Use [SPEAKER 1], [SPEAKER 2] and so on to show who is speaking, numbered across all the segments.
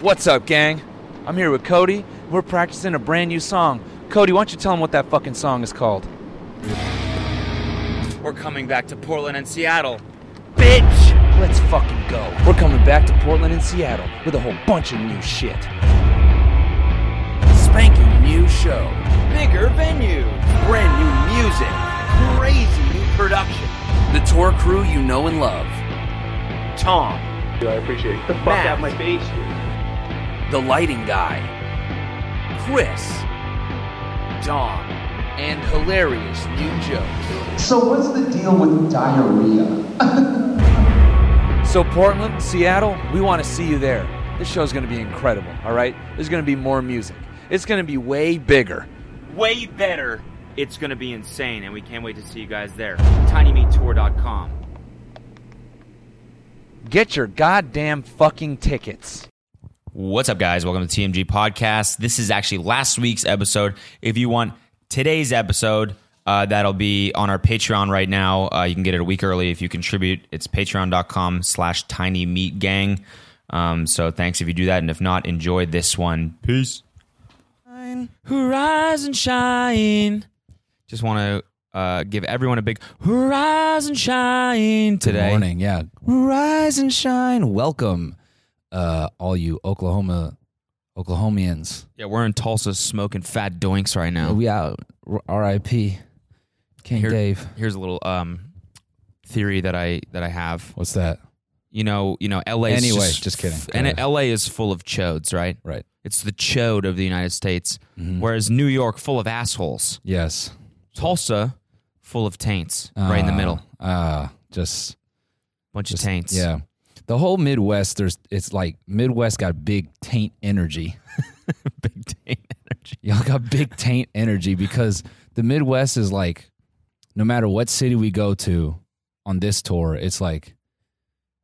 [SPEAKER 1] What's up, gang? I'm here with Cody. We're practicing a brand new song. Cody, why don't you tell him what that fucking song is called?
[SPEAKER 2] We're coming back to Portland and Seattle. Bitch!
[SPEAKER 1] Let's fucking go. We're coming back to Portland and Seattle with a whole bunch of new shit. Spanking new show.
[SPEAKER 2] Bigger venue. Brand new music. Crazy new production.
[SPEAKER 1] The tour crew you know and love.
[SPEAKER 2] Tom.
[SPEAKER 3] I appreciate it. Get the fuck
[SPEAKER 2] Matt.
[SPEAKER 3] out of my face,
[SPEAKER 1] The lighting guy. Chris.
[SPEAKER 2] Dom.
[SPEAKER 1] And hilarious new jokes.
[SPEAKER 4] So what's the deal with diarrhea?
[SPEAKER 1] So, Portland, Seattle, we want to see you there. This show's going to be incredible, all right? There's going to be more music. It's going to be way bigger.
[SPEAKER 2] Way better. It's gonna be insane, and we can't wait to see you guys there. TinyMeatTour.com.
[SPEAKER 1] Get your goddamn fucking tickets.
[SPEAKER 5] What's up, guys? Welcome to TMG Podcast. This is actually last week's episode. If you want today's episode, uh, that'll be on our Patreon right now. Uh, you can get it a week early if you contribute. It's patreon.com slash tiny meat gang. Um, so thanks if you do that. And if not, enjoy this one. Peace. Horizon shine. Just want to uh, give everyone a big horizon shine today.
[SPEAKER 6] Good morning, yeah. Rise and shine. Welcome, uh, all you Oklahoma Oklahomians.
[SPEAKER 5] Yeah, we're in Tulsa smoking fat doinks right now.
[SPEAKER 6] We out. R- R.I.P. King
[SPEAKER 5] Here-
[SPEAKER 6] Dave.
[SPEAKER 5] here's a little um theory that I that I have.
[SPEAKER 6] What's that?
[SPEAKER 5] You know, you know, LA. is
[SPEAKER 6] Anyway, just kidding. Go
[SPEAKER 5] and
[SPEAKER 6] ahead.
[SPEAKER 5] LA is full of chodes, right?
[SPEAKER 6] Right.
[SPEAKER 5] It's the chode of the United States,
[SPEAKER 6] Mm-hmm.
[SPEAKER 5] whereas New York full of assholes.
[SPEAKER 6] Yes.
[SPEAKER 5] Tulsa full of taints, right in the
[SPEAKER 6] Uh,
[SPEAKER 5] middle,
[SPEAKER 6] Uh just
[SPEAKER 5] bunch of taints.
[SPEAKER 6] yeah. The whole Midwest, there's it's like Midwest got big taint energy.
[SPEAKER 5] big taint energy.
[SPEAKER 6] Y'all got big taint energy because the Midwest is like, no matter what city we go to on this tour, it's like,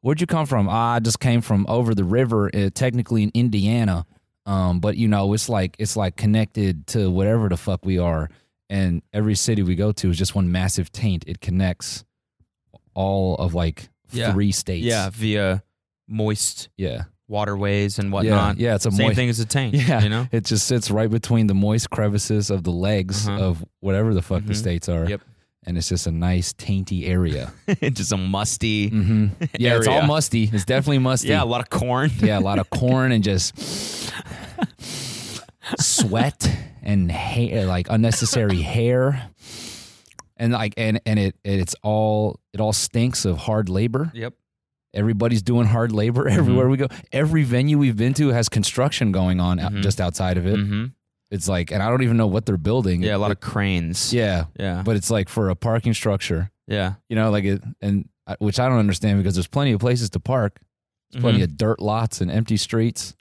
[SPEAKER 6] where'd you come from? Ah, I just came from over the river, uh, technically in Indiana. Um, but you know, it's like it's like connected to whatever the fuck we are, and every city we go to is just one massive taint. It connects all of like
[SPEAKER 5] Yeah.
[SPEAKER 6] three states.
[SPEAKER 5] Yeah, via moist
[SPEAKER 6] yeah,
[SPEAKER 5] waterways and whatnot.
[SPEAKER 6] yeah, it's a
[SPEAKER 5] same
[SPEAKER 6] moist-
[SPEAKER 5] thing as a taint.
[SPEAKER 6] yeah.
[SPEAKER 5] you know.
[SPEAKER 6] it just sits right between the moist crevices of the legs
[SPEAKER 5] Uh-huh.
[SPEAKER 6] of whatever the fuck the
[SPEAKER 5] Mhm.
[SPEAKER 6] states are.
[SPEAKER 5] Yep.
[SPEAKER 6] and it's just a nice tainty area.
[SPEAKER 5] Just a musty.
[SPEAKER 6] Mm-hmm. Yeah, it's all
[SPEAKER 5] Area.
[SPEAKER 6] musty. It's definitely musty.
[SPEAKER 5] Mm, Yeah, a lot of corn.
[SPEAKER 6] yeah, a lot of corn and just sweat and hair, like unnecessary hair, and like and and it it's all it all stinks of hard labor.
[SPEAKER 5] Yep.
[SPEAKER 6] Everybody's doing hard labor
[SPEAKER 5] Mm-hmm.
[SPEAKER 6] everywhere we go. Every venue we've been to has construction going on out,
[SPEAKER 5] Mhm.
[SPEAKER 6] just outside of it.
[SPEAKER 5] hmm
[SPEAKER 6] It's like, and I don't even know what they're building.
[SPEAKER 5] Yeah, a lot of cranes.
[SPEAKER 6] yeah,
[SPEAKER 5] Yeah.
[SPEAKER 6] but it's like for a parking structure.
[SPEAKER 5] yeah.
[SPEAKER 6] you know, like it, and I- which I don't understand because there's plenty of places to park, there's plenty
[SPEAKER 5] Mm-hmm.
[SPEAKER 6] of dirt lots and empty streets.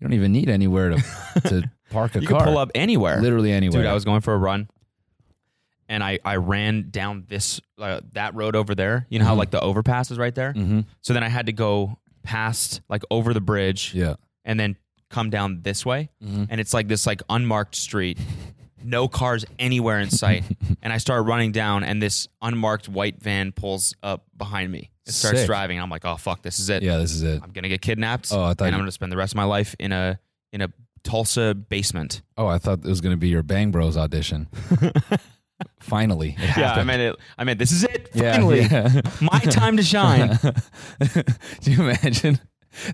[SPEAKER 6] You don't even need anywhere to to park a
[SPEAKER 5] you
[SPEAKER 6] car.
[SPEAKER 5] can pull up anywhere.
[SPEAKER 6] literally anywhere.
[SPEAKER 5] Dude, I was going for a run, and I I ran down this uh, that road over there. You know
[SPEAKER 6] Mm-hmm.
[SPEAKER 5] how like the overpass is right there.
[SPEAKER 6] Mhm.
[SPEAKER 5] So then I had to go past like over the bridge,
[SPEAKER 6] yeah,
[SPEAKER 5] and then come down this way, and it's like this like unmarked street. No cars anywhere in sight, and I start running down, and this unmarked white van pulls up behind me. It starts
[SPEAKER 6] Sick.
[SPEAKER 5] driving. I'm like, "Oh fuck, this is it!
[SPEAKER 6] yeah. This is it.
[SPEAKER 5] I'm gonna get kidnapped,
[SPEAKER 6] Oh, I thought
[SPEAKER 5] and I'm
[SPEAKER 6] you-
[SPEAKER 5] gonna spend the rest of my life in a in a Tulsa basement."
[SPEAKER 6] Oh, I thought it was gonna be your Bang Bros audition. Finally, it
[SPEAKER 5] Yeah, I
[SPEAKER 6] happened.
[SPEAKER 5] meant it. I meant this is it.
[SPEAKER 6] Yeah,
[SPEAKER 5] Finally,
[SPEAKER 6] yeah.
[SPEAKER 5] my time to shine.
[SPEAKER 6] Do you imagine?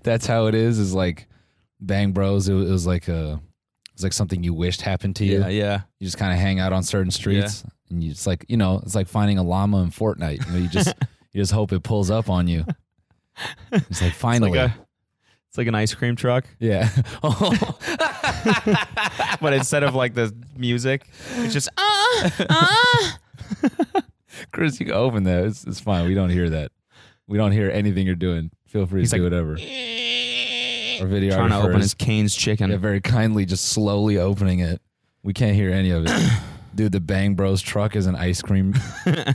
[SPEAKER 6] That's how it is. Is like Bang Bros. It, was like a, it's like something you wished happened to you.
[SPEAKER 5] yeah.
[SPEAKER 6] you just kind of hang out on certain streets and you just like you know it's like finding a llama in Fortnite. You, know, you just you just hope it pulls up on you. It's like
[SPEAKER 5] It's like
[SPEAKER 6] finally,
[SPEAKER 5] a, it's like an ice cream truck,
[SPEAKER 6] yeah.
[SPEAKER 5] but instead of like the music, it's just ah.
[SPEAKER 6] Chris, you can open that. It's it's fine. We don't hear that. We don't hear anything you're doing. Feel free
[SPEAKER 5] He's
[SPEAKER 6] to do
[SPEAKER 5] like-
[SPEAKER 6] whatever. Our video
[SPEAKER 5] trying to
[SPEAKER 6] artist
[SPEAKER 5] open
[SPEAKER 6] is-
[SPEAKER 5] his Cane's chicken.
[SPEAKER 6] yeah, very kindly just slowly opening it. We can't hear any of it. Dude, the Bang Bros truck is an ice cream.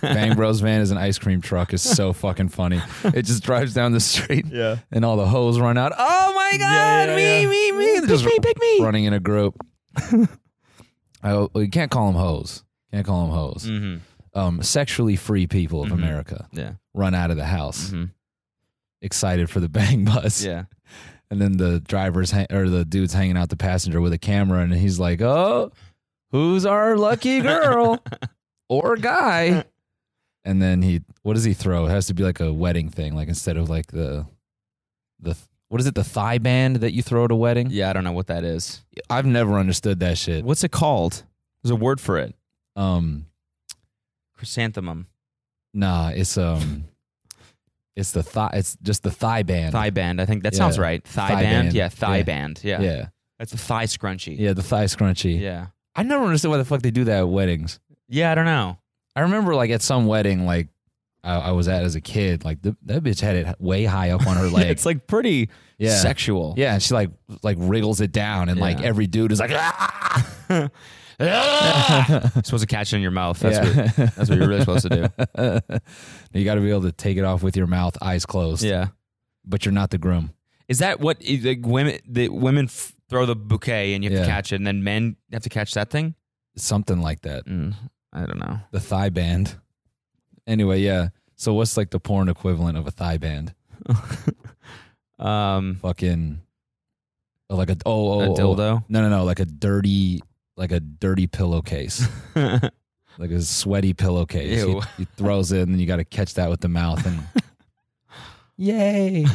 [SPEAKER 6] Bang Bros van is an ice cream truck. Is so fucking funny. It just drives down the street.
[SPEAKER 5] Yeah.
[SPEAKER 6] and all the hoes run out. Oh my god, me, me, me, They're just
[SPEAKER 5] me, pick me.
[SPEAKER 6] running in a group. I, you can't call them hoes. Can't call them hoes.
[SPEAKER 5] Mm-hmm.
[SPEAKER 6] Um, sexually free people of America
[SPEAKER 5] Yeah.
[SPEAKER 6] run out of the house,
[SPEAKER 5] Mhm.
[SPEAKER 6] excited for the bang bus.
[SPEAKER 5] Yeah.
[SPEAKER 6] and then the driver's hang, or the dude's hanging out the passenger with a camera, and he's like, "Oh, who's our lucky girl or guy?" And then he, what does he throw? It has to be like a wedding thing, like instead of like the, the what is it, the thigh band that you throw at a wedding?
[SPEAKER 5] Yeah, I don't know what that is.
[SPEAKER 6] I've never understood that shit.
[SPEAKER 5] What's it called? There's a word for it.
[SPEAKER 6] Um,
[SPEAKER 5] Chrysanthemum.
[SPEAKER 6] nah, it's um, it's the thigh. It's just the thigh band.
[SPEAKER 5] Thigh band. I think that
[SPEAKER 6] Yeah.
[SPEAKER 5] sounds right. Thigh,
[SPEAKER 6] Thigh
[SPEAKER 5] band.
[SPEAKER 6] band.
[SPEAKER 5] Yeah, thigh
[SPEAKER 6] Yeah.
[SPEAKER 5] band. Yeah.
[SPEAKER 6] yeah,
[SPEAKER 5] That's a thigh scrunchie.
[SPEAKER 6] yeah, the thigh scrunchie.
[SPEAKER 5] Yeah.
[SPEAKER 6] I never understood why the fuck they do that at weddings.
[SPEAKER 5] Yeah, I don't know.
[SPEAKER 6] I remember like at some wedding like I, I was at as a kid, like the, that bitch had it way high up on her leg.
[SPEAKER 5] it's like pretty
[SPEAKER 6] yeah.
[SPEAKER 5] sexual.
[SPEAKER 6] yeah, and she like like wriggles it down, and like
[SPEAKER 5] Yeah.
[SPEAKER 6] every dude is like, ah!
[SPEAKER 5] You're supposed to catch it in your mouth. That's, what, that's what you're really supposed to do.
[SPEAKER 6] to do. you got to be able to take it off with your mouth, eyes closed.
[SPEAKER 5] Yeah.
[SPEAKER 6] but you're not the groom.
[SPEAKER 5] Is that what is- like women the women f- throw the bouquet and you have to
[SPEAKER 6] Yeah.
[SPEAKER 5] catch it, and then men have to catch that thing?
[SPEAKER 6] Something like that.
[SPEAKER 5] Mm, I don't know.
[SPEAKER 6] The thigh band. Anyway, yeah. So what's like the porn equivalent of a thigh band?
[SPEAKER 5] Um,
[SPEAKER 6] Fucking oh, like a oh, oh
[SPEAKER 5] a
[SPEAKER 6] oh.
[SPEAKER 5] dildo.
[SPEAKER 6] No, no, no. Like a dirty, like a dirty pillowcase, like a sweaty pillowcase.
[SPEAKER 5] Ew.
[SPEAKER 6] He, he throws it, and then you got to catch that with the mouth. And yay!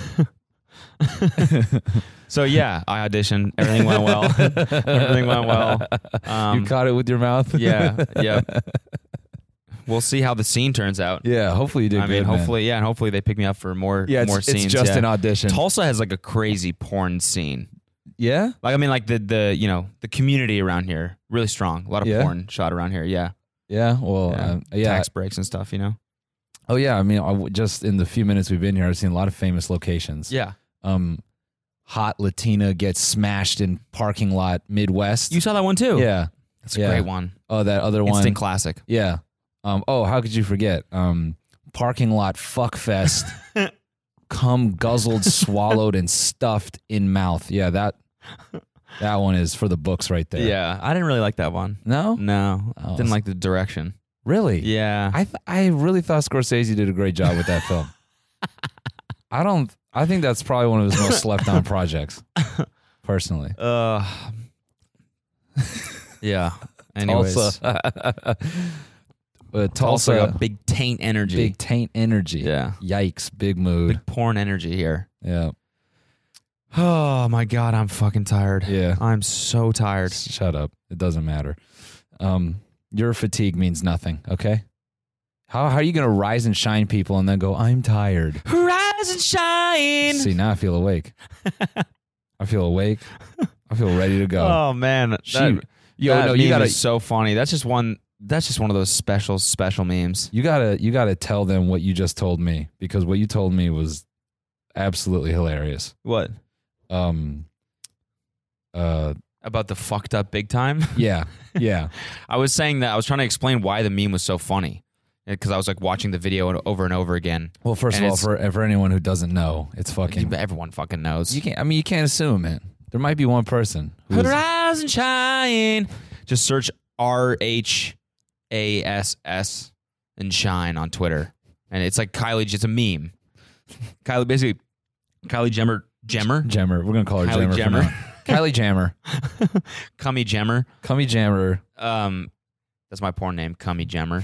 [SPEAKER 5] so yeah, I auditioned. Everything went well. Everything went well. Um,
[SPEAKER 6] you caught it with your mouth.
[SPEAKER 5] yeah, yeah. We'll see how the scene turns out.
[SPEAKER 6] yeah. Hopefully you did.
[SPEAKER 5] I mean,
[SPEAKER 6] good, man.
[SPEAKER 5] hopefully, yeah, and hopefully they pick me up for more.
[SPEAKER 6] Yeah, it's,
[SPEAKER 5] more scenes.
[SPEAKER 6] it's just
[SPEAKER 5] yeah.
[SPEAKER 6] an audition.
[SPEAKER 5] Tulsa has like a crazy porn scene.
[SPEAKER 6] yeah,
[SPEAKER 5] Like I mean, like the the you know the community around here really strong. A lot of
[SPEAKER 6] Yeah.
[SPEAKER 5] porn shot around here. Yeah,
[SPEAKER 6] yeah. Well,
[SPEAKER 5] Yeah.
[SPEAKER 6] yeah. Um, yeah.
[SPEAKER 5] tax breaks and stuff. You know.
[SPEAKER 6] Oh, yeah. I mean, I w- just in the few minutes we've been here, I've seen a lot of famous locations.
[SPEAKER 5] Yeah.
[SPEAKER 6] Um, hot Latina gets smashed in parking lot Midwest.
[SPEAKER 5] You saw that one too.
[SPEAKER 6] yeah.
[SPEAKER 5] that's a
[SPEAKER 6] yeah.
[SPEAKER 5] great one.
[SPEAKER 6] Oh, that other one.
[SPEAKER 5] Instant classic.
[SPEAKER 6] Yeah. Um, oh, how could you forget? Um, parking lot fuckfest. Cum guzzled, swallowed, and stuffed in mouth. Yeah, that that one is for the books right there.
[SPEAKER 5] Yeah, I didn't really like that one.
[SPEAKER 6] No,
[SPEAKER 5] No,
[SPEAKER 6] Oh,
[SPEAKER 5] didn't
[SPEAKER 6] it's-
[SPEAKER 5] like the direction.
[SPEAKER 6] really.
[SPEAKER 5] Yeah,
[SPEAKER 6] I th- I really thought Scorsese did a great job with that film. I don't. I think that's probably one of his most slept on projects. Personally,
[SPEAKER 5] uh, yeah. Anyways,
[SPEAKER 6] Tulsa. but
[SPEAKER 5] Tulsa
[SPEAKER 6] Tulsa,
[SPEAKER 5] got big taint energy.
[SPEAKER 6] big taint energy.
[SPEAKER 5] yeah,
[SPEAKER 6] Yikes, big mood.
[SPEAKER 5] big porn energy here.
[SPEAKER 6] yeah.
[SPEAKER 5] Oh my god, I'm fucking tired.
[SPEAKER 6] Yeah.
[SPEAKER 5] I'm so tired.
[SPEAKER 6] Shut up. It doesn't matter. Um, your fatigue means nothing, okay? How, how are you going to rise and shine people and then go, I'm tired?
[SPEAKER 5] Rise and shine.
[SPEAKER 6] See, now I feel awake. I feel awake. I feel ready to go.
[SPEAKER 5] Oh man, that,
[SPEAKER 6] She- yo,
[SPEAKER 5] that
[SPEAKER 6] no,
[SPEAKER 5] meme
[SPEAKER 6] you gotta,
[SPEAKER 5] is so funny. That's just one. That's just one of those special, special memes.
[SPEAKER 6] you gotta, you gotta tell them what you just told me because what you told me was absolutely hilarious.
[SPEAKER 5] What
[SPEAKER 6] Um, uh,
[SPEAKER 5] about the fucked up big time?
[SPEAKER 6] yeah, yeah,
[SPEAKER 5] I was saying that I was trying to explain why the meme was so funny because I was like watching the video and- over and over again.
[SPEAKER 6] Well, first
[SPEAKER 5] And
[SPEAKER 6] of all,
[SPEAKER 5] it's-
[SPEAKER 6] for for anyone who doesn't know, it's fucking.
[SPEAKER 5] But Everyone fucking knows.
[SPEAKER 6] You can't. I mean, you can't assume it. There might be one person. who's-
[SPEAKER 5] Rise and shine. Just search R H A S S and shine on Twitter, and it's like Kylie. It's a meme. Kylie basically. Kylie Jemmer. Jemmer.
[SPEAKER 6] Jammer. We're gonna call her
[SPEAKER 5] Kylie
[SPEAKER 6] Jammer.
[SPEAKER 5] Jammer.
[SPEAKER 6] For now. Kylie Jammer.
[SPEAKER 5] Cummy Jemmer.
[SPEAKER 6] Cummy Jammer.
[SPEAKER 5] Um, that's my porn name, Cummy Jemmer.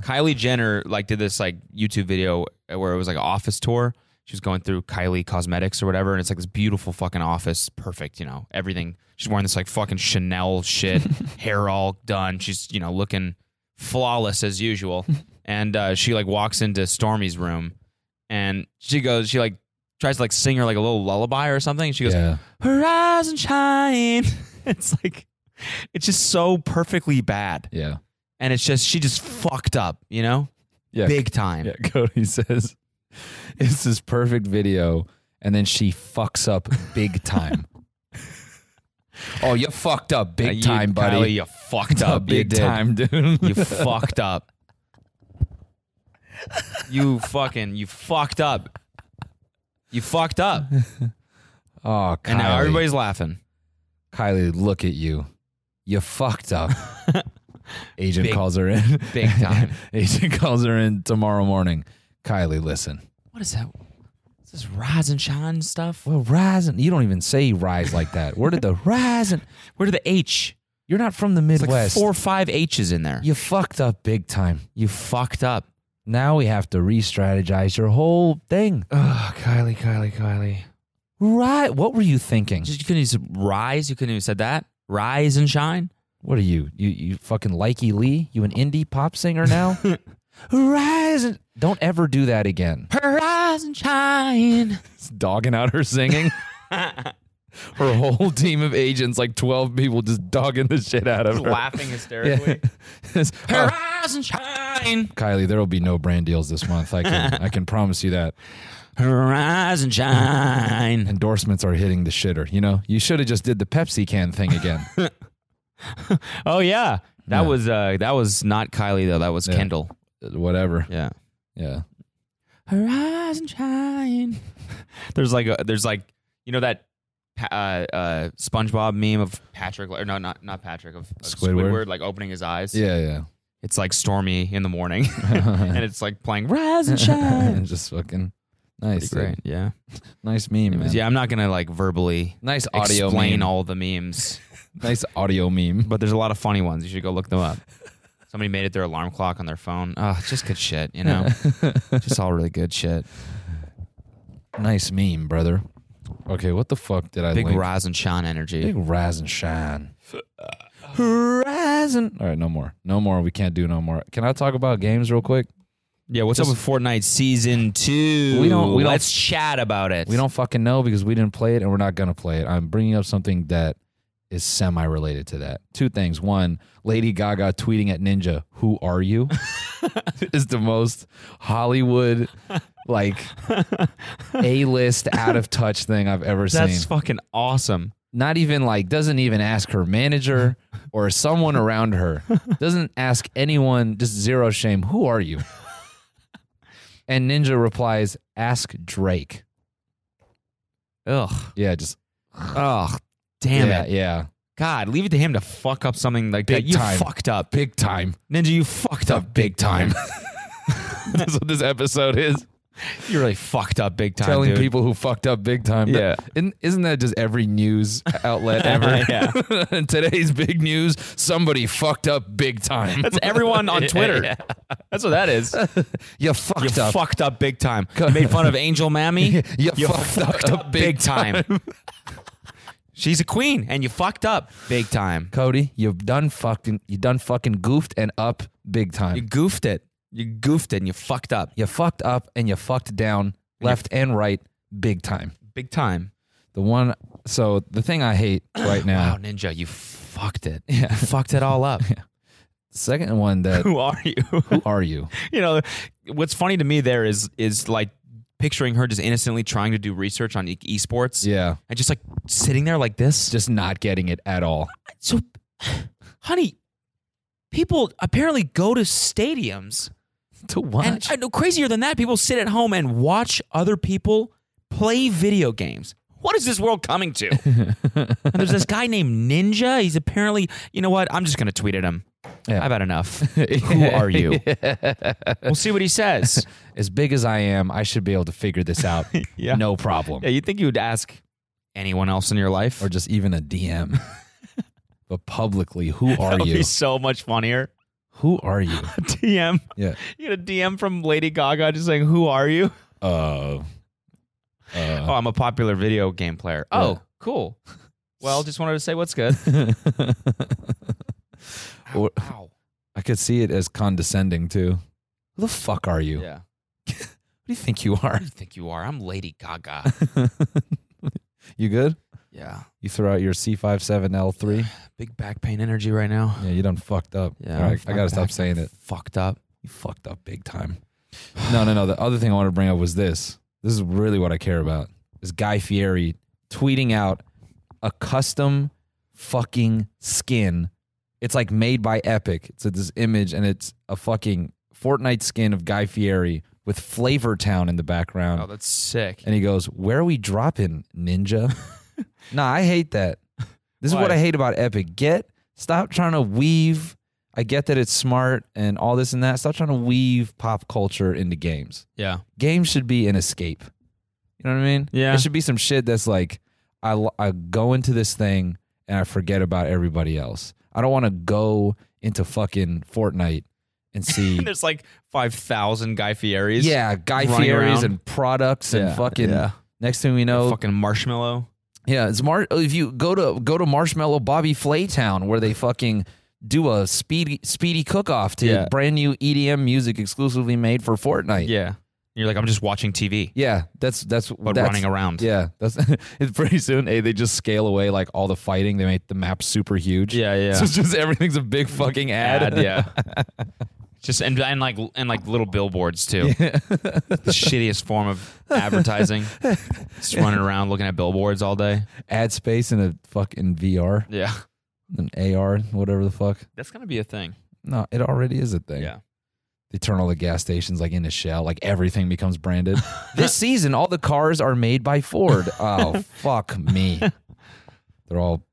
[SPEAKER 5] Kylie Jenner like did this like YouTube video where it was like an office tour. She was going through Kylie Cosmetics or whatever, and it's like this beautiful fucking office, perfect, you know, everything. She's wearing this like fucking Chanel shit, hair all done. She's you know looking flawless as usual, and uh, she like walks into Stormy's room, and she goes, she like tries to like sing her like a little lullaby or something. She goes,
[SPEAKER 6] Yeah.
[SPEAKER 5] horizon shine. It's like it's just so perfectly bad,
[SPEAKER 6] Yeah.
[SPEAKER 5] and it's just she just fucked up, you know,
[SPEAKER 6] Yeah.
[SPEAKER 5] big time.
[SPEAKER 6] Yeah. Cody says it's this perfect video, and then she fucks up big time. oh, you fucked up
[SPEAKER 5] Uh,
[SPEAKER 6] big
[SPEAKER 5] you-
[SPEAKER 6] time, buddy.
[SPEAKER 5] Kylie, you fucked
[SPEAKER 6] Fucked
[SPEAKER 5] up,
[SPEAKER 6] up
[SPEAKER 5] you
[SPEAKER 6] big
[SPEAKER 5] did.
[SPEAKER 6] time, dude.
[SPEAKER 5] You fucked up. you fucking you fucked up. You fucked up,
[SPEAKER 6] oh, Kylie.
[SPEAKER 5] and now everybody's laughing.
[SPEAKER 6] Kylie, look at you. You fucked up. Agent
[SPEAKER 5] Big-
[SPEAKER 6] calls her in.
[SPEAKER 5] big time.
[SPEAKER 6] Agent calls her in tomorrow morning. Kylie, listen.
[SPEAKER 5] What is that? Is This rise and shine stuff.
[SPEAKER 6] Well, rising. You don't even say rise like that. Where did the rising?
[SPEAKER 5] Where did the H?
[SPEAKER 6] You're not from the
[SPEAKER 5] It's like
[SPEAKER 6] Midwest.
[SPEAKER 5] four or five H's in there.
[SPEAKER 6] you fucked up big time.
[SPEAKER 5] you fucked up.
[SPEAKER 6] Now we have to re-strategize your whole thing.
[SPEAKER 5] Oh, Kylie, Kylie, Kylie.
[SPEAKER 6] Right? What were you thinking?
[SPEAKER 5] Just you couldn't even rise. You couldn't even said that. Rise and shine.
[SPEAKER 6] What are you? You you fucking likey Lee? You an indie pop singer now? Rise and don't ever do that again.
[SPEAKER 5] Her rise and shine.
[SPEAKER 6] Dogging out her singing. her whole team of agents, like twelve people, just dogging the shit out of her.
[SPEAKER 5] Laughing hysterically.
[SPEAKER 6] It's-
[SPEAKER 5] Her
[SPEAKER 6] oh,
[SPEAKER 5] rise and shine.
[SPEAKER 6] Kylie, there will be no brand deals this month. I can I can promise you that.
[SPEAKER 5] Her rise and shine.
[SPEAKER 6] Endorsements are hitting the shitter. You know, you should have just did the Pepsi can thing again. Uh,
[SPEAKER 5] Oh yeah, that
[SPEAKER 6] Yeah.
[SPEAKER 5] was uh that was not Kylie though. That was
[SPEAKER 6] Yeah.
[SPEAKER 5] Kendall.
[SPEAKER 6] Whatever.
[SPEAKER 5] Yeah.
[SPEAKER 6] Yeah.
[SPEAKER 5] Her eyes and shine. there's like a, there's like you know that pa- uh, uh, SpongeBob meme of Patrick or no not not Patrick of, of
[SPEAKER 6] Squidward.
[SPEAKER 5] Squidward. like opening his eyes.
[SPEAKER 6] Yeah. Yeah.
[SPEAKER 5] It's like stormy in the morning, and it's like playing rise and shine.
[SPEAKER 6] just fucking
[SPEAKER 5] Pretty
[SPEAKER 6] nice.
[SPEAKER 5] great. Yeah.
[SPEAKER 6] Nice meme, man.
[SPEAKER 5] Yeah. I'm not gonna like verbally
[SPEAKER 6] Nice audio
[SPEAKER 5] explain
[SPEAKER 6] meme.
[SPEAKER 5] all the memes,
[SPEAKER 6] nice audio meme.
[SPEAKER 5] but there's a lot of funny ones. You should go look them up. Somebody made it their alarm clock on their phone. Oh, just good shit, you know. just all really good shit.
[SPEAKER 6] Nice meme, brother. Okay, what the fuck did I
[SPEAKER 5] Big
[SPEAKER 6] link?
[SPEAKER 5] rise and shine energy.
[SPEAKER 6] Big rise and shine. Rise and All right, no more. No more. We can't do no more. Can I talk about games real quick?
[SPEAKER 5] Yeah, what's up with Fortnite season two?
[SPEAKER 6] We don't- we don't-
[SPEAKER 5] Let's chat about it.
[SPEAKER 6] We don't fucking know because we didn't play it and we're not going to play it. I'm bringing up something that is semi related to that. Two things. One, Lady Gaga tweeting at Ninja, who are you? is the most Hollywood, like A list, out of touch thing I've ever
[SPEAKER 5] That's
[SPEAKER 6] seen.
[SPEAKER 5] fucking awesome.
[SPEAKER 6] Not even like, doesn't even ask her manager or someone around her. Doesn't ask anyone, just zero shame, who are you? And Ninja replies, ask Drake.
[SPEAKER 5] Ugh.
[SPEAKER 6] Yeah, just
[SPEAKER 5] Ugh. Damn
[SPEAKER 6] yeah,
[SPEAKER 5] it.
[SPEAKER 6] yeah.
[SPEAKER 5] God, leave it to him to fuck up something like that.
[SPEAKER 6] Big
[SPEAKER 5] You
[SPEAKER 6] time.
[SPEAKER 5] fucked up.
[SPEAKER 6] big time.
[SPEAKER 5] Ninja, you fucked up big time.
[SPEAKER 6] That's what this episode is.
[SPEAKER 5] you really fucked up big time.
[SPEAKER 6] Telling
[SPEAKER 5] dude.
[SPEAKER 6] people who fucked up big time.
[SPEAKER 5] Yeah.
[SPEAKER 6] Isn't, isn't that just every news outlet ever?
[SPEAKER 5] Yeah.
[SPEAKER 6] And Today's big news somebody fucked up big time.
[SPEAKER 5] That's everyone on Twitter. That's what that is.
[SPEAKER 6] you
[SPEAKER 5] You
[SPEAKER 6] fucked up.
[SPEAKER 5] fucked up big time. You made fun of Angel Mammy.
[SPEAKER 6] You fucked up big
[SPEAKER 5] time. She's a queen, and you fucked up big time.
[SPEAKER 6] Cody, you've done fucking you done fucking goofed and up big time.
[SPEAKER 5] You
[SPEAKER 6] You,
[SPEAKER 5] goofed it. You goofed it and you fucked up.
[SPEAKER 6] fucked up and you fucked down left and right big time.
[SPEAKER 5] Big time.
[SPEAKER 6] The one so the thing I hate right now.
[SPEAKER 5] Wow, Ninja, you fucked it. You fucked it all up.
[SPEAKER 6] Second one that
[SPEAKER 5] Who are you?
[SPEAKER 6] who are you?
[SPEAKER 5] you know, what's funny to me there is is like picturing her just innocently trying to do research on e- esports
[SPEAKER 6] Yeah.
[SPEAKER 5] and just like sitting there like this.
[SPEAKER 6] Just not getting it at all.
[SPEAKER 5] so honey, people apparently go to stadiums
[SPEAKER 6] To watch.
[SPEAKER 5] and I know crazier than that, people sit at home and watch other people play video games. What is this world coming to? And there's this guy named Ninja. He's apparently, you know what? I'm just going to tweet at him.
[SPEAKER 6] Yeah.
[SPEAKER 5] I've had enough. Who are you? We'll see what he says.
[SPEAKER 6] as big as I am, I should be able to figure this out.
[SPEAKER 5] Yeah.
[SPEAKER 6] No problem.
[SPEAKER 5] yeah, you'd think you would ask anyone else in your life.
[SPEAKER 6] Or just even a DM. but publicly, who are
[SPEAKER 5] that would
[SPEAKER 6] you?
[SPEAKER 5] be so much funnier.
[SPEAKER 6] Who are you?
[SPEAKER 5] DM.
[SPEAKER 6] Yeah.
[SPEAKER 5] You get a DM from Lady Gaga just saying, Who are you?
[SPEAKER 6] Uh,
[SPEAKER 5] Oh, I'm a popular video game player. Oh, cool. Well, just wanted to say what's good.
[SPEAKER 6] Or-
[SPEAKER 5] Ow.
[SPEAKER 6] I could see it as condescending too. Who the fuck are you? Who
[SPEAKER 5] Yeah.
[SPEAKER 6] do you think you are?
[SPEAKER 5] Who do you think you are? I'm Lady Gaga.
[SPEAKER 6] you good?
[SPEAKER 5] yeah.
[SPEAKER 6] You throw out your C57L3?
[SPEAKER 5] Big back pain energy right now.
[SPEAKER 6] Yeah, you done fucked up.
[SPEAKER 5] Yeah,
[SPEAKER 6] All right,
[SPEAKER 5] I'm
[SPEAKER 6] I gotta stop
[SPEAKER 5] back.
[SPEAKER 6] saying it.
[SPEAKER 5] Fucked up.
[SPEAKER 6] You fucked up big time. No, no, no. The other thing I want to bring up was this. This is really what I care about. Is Guy Fieri tweeting out a custom fucking skin. It's like made by Epic. It's this image and it's a fucking Fortnite skin of Guy Fieri with Flavor Town in the background.
[SPEAKER 5] Oh, that's sick.
[SPEAKER 6] and he goes, "Where are we dropping, Ninja?" nah, I hate that. This is what
[SPEAKER 5] Why?
[SPEAKER 6] I hate about Epic. Get stop trying to weave. I get that it's smart and all this and that. Stop trying to weave pop culture into games.
[SPEAKER 5] Yeah.
[SPEAKER 6] Games should be an escape. You know what I mean?
[SPEAKER 5] Yeah.
[SPEAKER 6] It should be some shit that's like I l- I go into this thing and I forget about everybody else. I don't want to go into fucking Fortnite and see.
[SPEAKER 5] there's like five thousand Guy Fieri's.
[SPEAKER 6] yeah, Guy
[SPEAKER 5] running
[SPEAKER 6] Fieri's
[SPEAKER 5] around.
[SPEAKER 6] and products and
[SPEAKER 5] Yeah,
[SPEAKER 6] fucking.
[SPEAKER 5] yeah.
[SPEAKER 6] Next thing we know,
[SPEAKER 5] Fucking marshmallow.
[SPEAKER 6] yeah, it's Mar. If you go to go to Marshmallow Bobby Flay Town, where they fucking do a speedy speedy cook off to
[SPEAKER 5] Yeah.
[SPEAKER 6] brand new EDM music exclusively made for Fortnite.
[SPEAKER 5] Yeah. You're like, I'm just watching TV,
[SPEAKER 6] yeah, that's that's
[SPEAKER 5] but
[SPEAKER 6] that's,
[SPEAKER 5] running around.
[SPEAKER 6] Yeah, that's it's pretty soon. Hey, they just scale away like all the fighting. They make the map super huge.
[SPEAKER 5] Yeah, yeah.
[SPEAKER 6] So it's just everything's a big fucking ad.
[SPEAKER 5] Ad, yeah. Just and, and like and like little billboards too. the shittiest form of advertising. just running around looking at billboards all day.
[SPEAKER 6] Ad space in a fucking VR,
[SPEAKER 5] Yeah.
[SPEAKER 6] an AR, whatever the fuck.
[SPEAKER 5] That's gonna be a thing.
[SPEAKER 6] No, it already is a thing.
[SPEAKER 5] Yeah.
[SPEAKER 6] They turn all the gas stations like in a shell. Like everything becomes branded. this season, all the cars are made by Ford. Oh fuck me. They're all